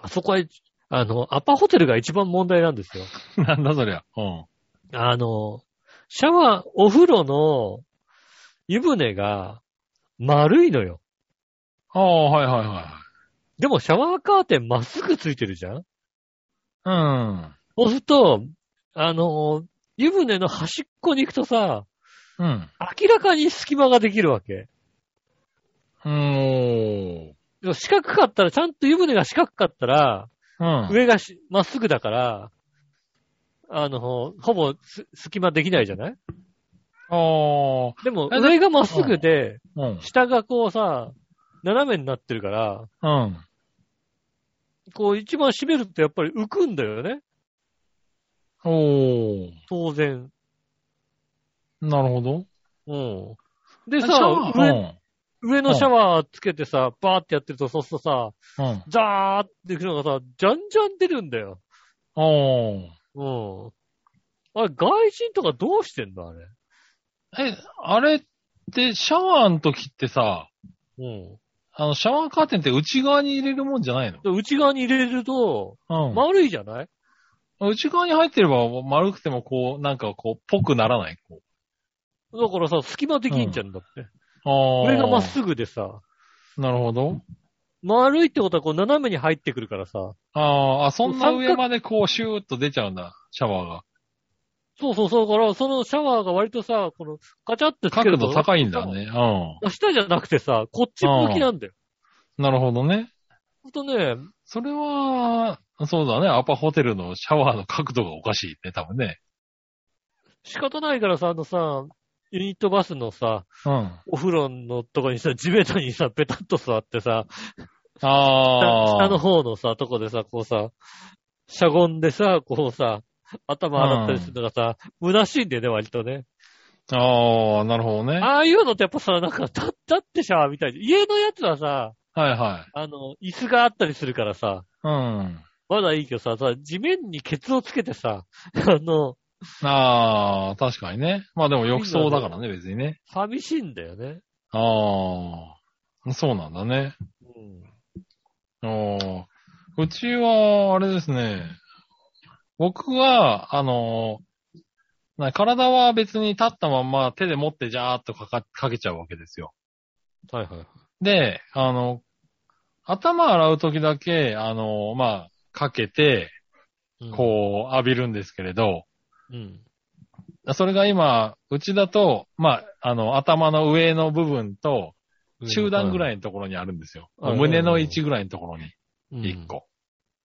B: あそこは、あの、アパホテルが一番問題なんですよ。
C: なんだそりゃ。うん。
B: あの、シャワー、お風呂の湯船が丸いのよ。
C: ああ、はいはいはい。
B: でもシャワーカーテンまっすぐついてるじゃん
C: うん。
B: そうすると、あの、湯船の端っこに行くとさ、
C: うん。
B: 明らかに隙間ができるわけ。
C: うーん。
B: 四角かったら、ちゃんと湯船が四角かったら、
C: うん。
B: 上がしまっすぐだから、あの、ほぼす隙間できないじゃない
C: あ
B: でも、
C: あ
B: 上がまっすぐで、
C: あ。うん。
B: 下がこうさ、斜めになってるから、
C: うん。
B: こう一番締めるとやっぱり浮くんだよね。
C: おー。
B: 当然。
C: なるほど。
B: うん。で
C: シャ
B: さ
C: ワ、ー
B: 上、上のシャワーつけてさ、バーってやってると、そうするとさ、
C: うん。うん。
B: ザーっていくのがさ、じゃんじゃん出るんだよ。
C: おー。
B: うん。あれ、外人とかどうしてんのあれ。
C: え、あれって、シャワーの時ってさ、
B: うん。
C: あの、シャワーカーテンって内側に入れるもんじゃないの
B: で内側に入れると、
C: うん。
B: 丸いじゃない、
C: 内側に入ってれば丸くてもこう、なんかこう、ぽくならない。こ
B: だからさ、隙間できんじゃんだって。
C: うあ
B: 上がまっ
C: ぐ。
B: すぐでさ、
C: なるほど。
B: 丸いってことはこう斜めに入ってくるからさ、
C: あーあ、そんな
B: 三角
C: 上までこう、シューッと出ちゃうんだ、シャワーが。
B: そうそうそう、だからそのシャワーが割とさ、このガチャってつけ
C: 角
B: る
C: 度高いんだ。ね。う
B: 下じゃなくてさ、こっち向きなんだよ。
C: ん。なるほどね。
B: ほんとね、
C: それは、そうだね。アパホテルのシャワーの角度がおかしいね、多分ね。
B: 仕方ないからさ、あのさ、ユニットバスのさ、
C: うん。あ
B: お風呂のとこにさ、地べたにさ、ペタッと座ってさ、
C: あー。
B: 下の方のさ、とこでさ、こうさ、しゃがんでさ、こうさ、頭洗ったりするのがさ、虚しいんだよね、割とね。
C: ああ、なるほどね。
B: ああいうのってやっぱさ、なんか、立立ってシャワーみたいに。家のやつはさ、
C: はいは
B: あの、椅子があったりするからさ、
C: い。うん。
B: まだいいけどさ、さ、地面にケツをつけてさ、 あの、
C: ああ、確かにね。まあでも浴槽だからね、別にね。
B: 寂しいんだよね。
C: ああ、そうなんだね。
B: うん。
C: ああ、うちは、あれですね。僕は、あの、な体は別に立ったまんま手で持ってジャーっとかかかけちゃうわけですよ。
B: はいはい。
C: で、あの、頭洗うときだけ、あの、まあ、かけて、
B: うん
C: こう、浴びるんですけれど、
B: うん。
C: それが今、うちだと、まあ、あの、頭の上の部分と、中段ぐら
B: い。
C: いのところにあるんですよ。
B: はい
C: 胸の位置ぐらいのところに、
B: うん
C: 1。個。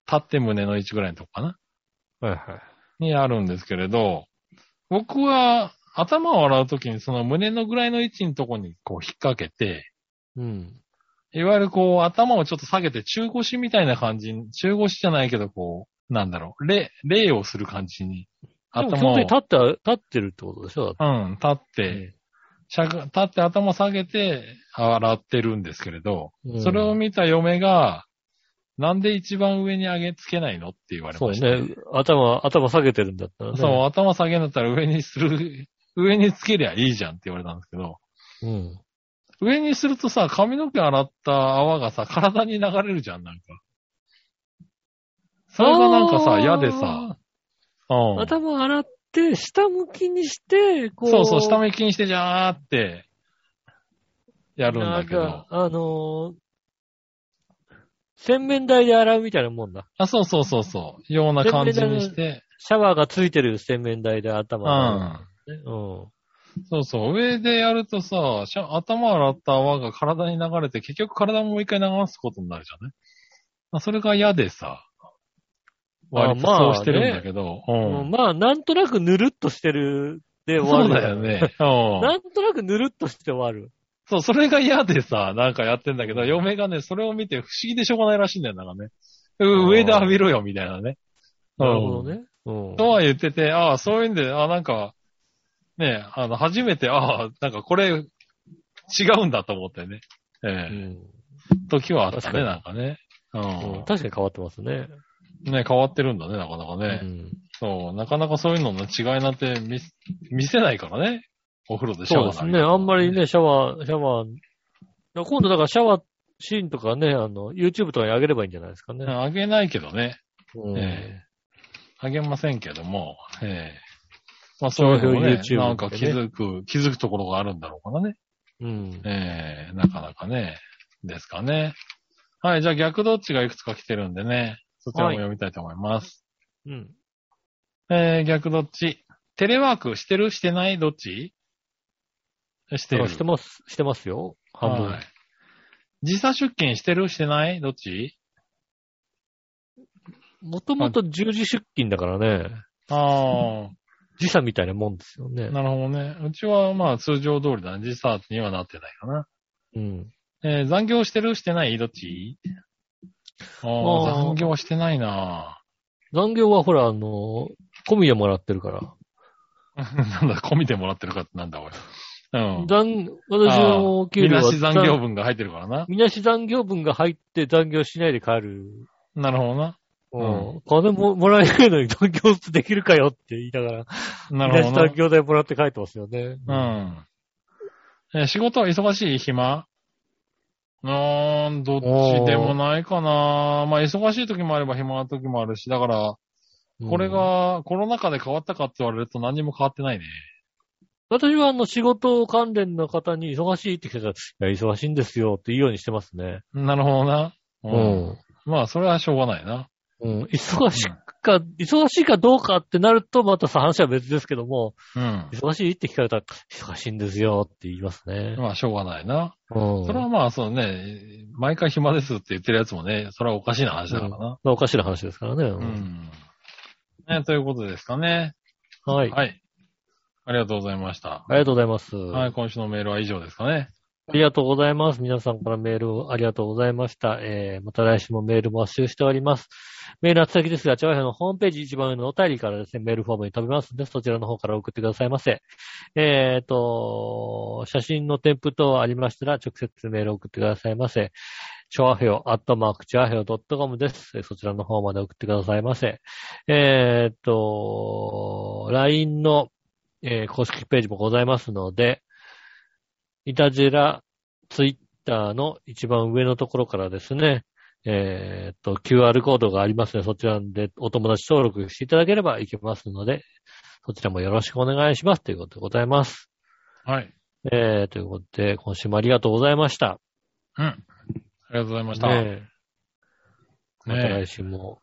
C: 立って胸の位置ぐらいのとこかな
B: はいはい。
C: にあるんですけれど、僕は頭を洗うときにその胸のぐらいの位置のところにこう引っ掛けて、
B: うん。
C: いわゆるこう頭をちょっと下げて中腰みたいな感じに、中腰じゃないけどこう、なんだろう、礼、礼をする感じに、
B: でも基
C: 頭
B: 本
C: を
B: 的に立って、立ってるってことでしょだって
C: うん、立って、
B: うん
C: しゃが立って頭下げて洗ってるんですけれど、
B: うん
C: それを見た嫁が、なんで一番上に上げつけないのって言われ
B: そう
C: ました。
B: ね。頭、頭下げてるんだったらね。
C: そう、頭下げんだったら上にする、 上につけりゃいいじゃんって言われたんですけど、
B: う。うん。
C: 上にするとさ、髪の毛洗った泡がさ、体に流れるじゃん、なんか。それがなんか
B: あ
C: さ、
B: ー
C: 嫌でさ、うん。
B: 頭洗って、下向きにして、こう。
C: そうそう、下
B: 向
C: 向きにしてじゃーって、やるんだけど。
B: あのー洗面台で洗うみたいなもんだ。
C: あ、そうそうそうそう。ような感じにして。
B: シャワーがついてる洗面台で頭
C: う
B: 洗
C: ん。
B: う、ね。うん。
C: そうそう。上でやるとさ、シャ頭洗った泡が体に流れて、結局体ももう一回流すことになるじゃないまあそれが嫌でさ、割と
B: あま
C: そ
B: あ
C: うしてるんだけど。
B: うんまあ、なんとなくぬるっとしてるで
C: うん。
B: 終わる。
C: そうだよ。ね。うん。
B: なんとなくぬるっとして終わる。
C: そう、それが嫌でさ、なんかやってんだけど、嫁がね、それを見て不思議でしょうがないらしいんだよ、なんかね。う上で浴びろよ、みたいなね。
B: なるほどね。うん。
C: とは言ってて、ああ、そういうんで、ああ、なんか、ねえ、あの、初めて、ああ、なんかこれ、違うんだと思ってね。え
B: う
C: え
B: ん
C: 時はあった
B: 確か
C: ね、
B: に
C: なんかね。う
B: うん確かに変わってますね。
C: ん。ね変わってるんだね、なかなか
B: う
C: ね。
B: ん
C: そう、なかなかそういうのの違いなんて見、見せないからね。お風呂でシャ
B: そうで
C: ワー
B: す
C: 浴び
B: ね。
C: る
B: あんまり。ね、シャワー、シャワー、今度だからシャワーシーンとかね、あの、YouTube とかに上げればいいんじゃないですか
C: う
B: ね
C: ん。あげないけどね。
B: うん
C: えあげませんけども。ええまあ、そういうのもね、
B: そういう YouTube
C: なんか気
B: で
C: づく、気づくところがあるんだろうからね。
B: うん。
C: ええなかなかね、ですかね。はい、じゃあ逆どっちがいくつか来てるんでね、そちらも読みたいと思います。
B: うん。
C: えー、逆どっちテレワークしてるしてないどっちしてる。
B: あしてます、してますよ。半分。
C: はい。時差出勤してるしてないどっち
B: もともと10時出勤だからね、
C: あ
B: 時差みたいなもんですよ
C: あ、
B: ね。
C: なるほどね。うちはまあ通常通りだね。時差にはなってないかな。
B: うん。
C: えー残業してるしてないどっちあ
B: あ
C: あ、
B: ー
C: 残業してないな
B: 残業はほら、あの、込みでもらってるから。
C: なんだ、込みでもらってるかってなんだ、おい。うん。
B: 残、私のお給料
C: み
B: は
C: なし残業分が入ってるからな。
B: みなし残業分が入って残業しないで帰る。
C: なるほどな。
B: うん。金ももらえないのに残業できるかよって言いながら、み
C: なる
B: な
C: ほ
B: し
C: どな
B: 残。業代もらって帰ってますよね。
C: うん。え、仕事は忙しい暇うーん、どっちでもないかな。まあ、忙しい時もあれば暇な時もあるし、だから、
B: うん。
C: これがコロナ禍で変わったかって言われると何にも変わってないね。
B: 私はあの仕事関連の方に忙しいって来てたら、いや、忙しいんですよって言うようにしてますね。
C: なるほどな。う。。
B: うん
C: まあ、それはしょうがないな。
B: うん。忙しか、忙しいかどうかってなると、またさ話は別ですけども、
C: うん。
B: 忙しいって聞かれたら、忙しいんですよって言いますね。
C: まあ、しょうがないな。
B: うん。
C: それはまあ、そうね、毎回暇ですって言ってるやつもね、それはおかしいな話だからな。
B: まあおかしな話ですからね。う
C: う。ん。ね、ということですかね。
B: はい。あ
C: はい。ありがとうございました。
B: りがとうございます。
C: はい、今週のメールは以上ですかね。
B: ありがとうございます。皆さんからメールをありがとうございました。えー、また来週もメール募集しております。メールは先ですが、チャワヘのホームページ一番上のお便りからですね、メールフォームに飛びますので、そちらの方から送ってくださいませ。えーと、写真の添付等ありましたら、直接メールを送ってくださいませ。チョアヘオ、アットマーク、チョアヘオ .com です。えーそちらの方まで送ってくださいませ。えーと、LINE の、えー公式ページもございますので、イタジェラ、ツイッターの一番上のところからですね、えーっと、QR コードがありますね。そちらでお友達登録していただければいけますので、そちらもよろしくお願いしますということでございます。
C: はい。
B: えー、ということで、今週もありがとうございました。
C: うん。ありがとうございました。ね
B: ねえまた来週も、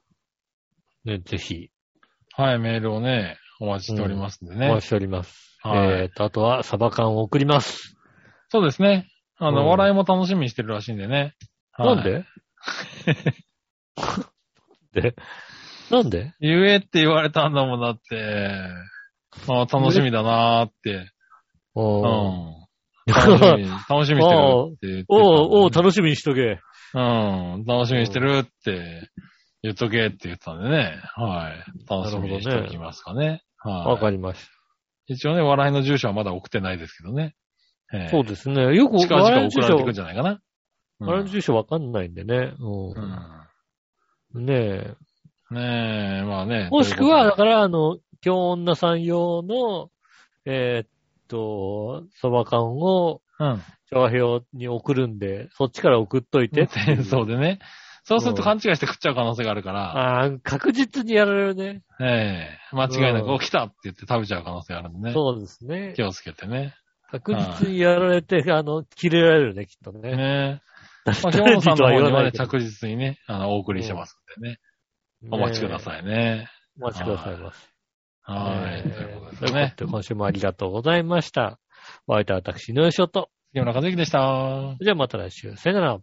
B: ね、ぜひ、
C: はい、メールをね、お待ちしておりますんで
B: お
C: ね
B: 待。ちしております。
C: はい
B: えー、と、あとは、サバ缶を送ります。
C: そうですね。あの、
B: うん
C: 笑いも楽しみにしてるらしいんでね。はい
B: なん ででなんで
C: 言えって言われたんだもんだって。あー楽しみだなーって。う
B: おー
C: ん。楽しみに、楽しみにしてるって言ってたんでね
B: おうおう、楽しみにしとけ。
C: うん。楽しみにしてるって言っとけって言ってたんでね。はい。楽しみにしておきますかね。
B: わ
C: は
B: かりまし
C: い。一応ね、笑いの住所はまだ送ってないですけどね。ええ
B: た。そうですね。よく、
C: 近々
B: 我々の
C: 送
B: 住
C: られてく
B: 所、
C: んじゃないかな。うん
B: 我々の住所わかんないんでね。うん。ねえ。
C: うんねえ、まあね。
B: もしくは、だから、あの、京女さん用の、えーっと、そば缶を、
C: ら、うん。
B: 調和表に送るんで、そっちから送っといて。
C: 戦争でね。そうすると勘違いして食っちゃう可能性があるから、
B: ああ、確実にやられるね。
C: ええ間違いな
B: う
C: く
B: ん
C: 起きたって言って食べちゃう可能性があるんでね。
B: そうですね。
C: 気をつけてね。
B: 確実にやられて、あの、切れられるね、きっとね。
C: ねえ。まあ、
B: 誰
C: 京本さんの方にはね、
B: とは
C: 着実にね、あの、お送りしてますんでね。お待ちくだ
B: い。ね
C: さいね。
B: えお待ちくださいませ。
C: はい。
B: ね
C: というこ
B: と
C: と
B: い
C: で
B: うこ
C: ね。
B: とで今週もありがとうございました。お相手は私、井上翔と。
C: 杉村和之でした。
B: じゃあまた来週。さよなら。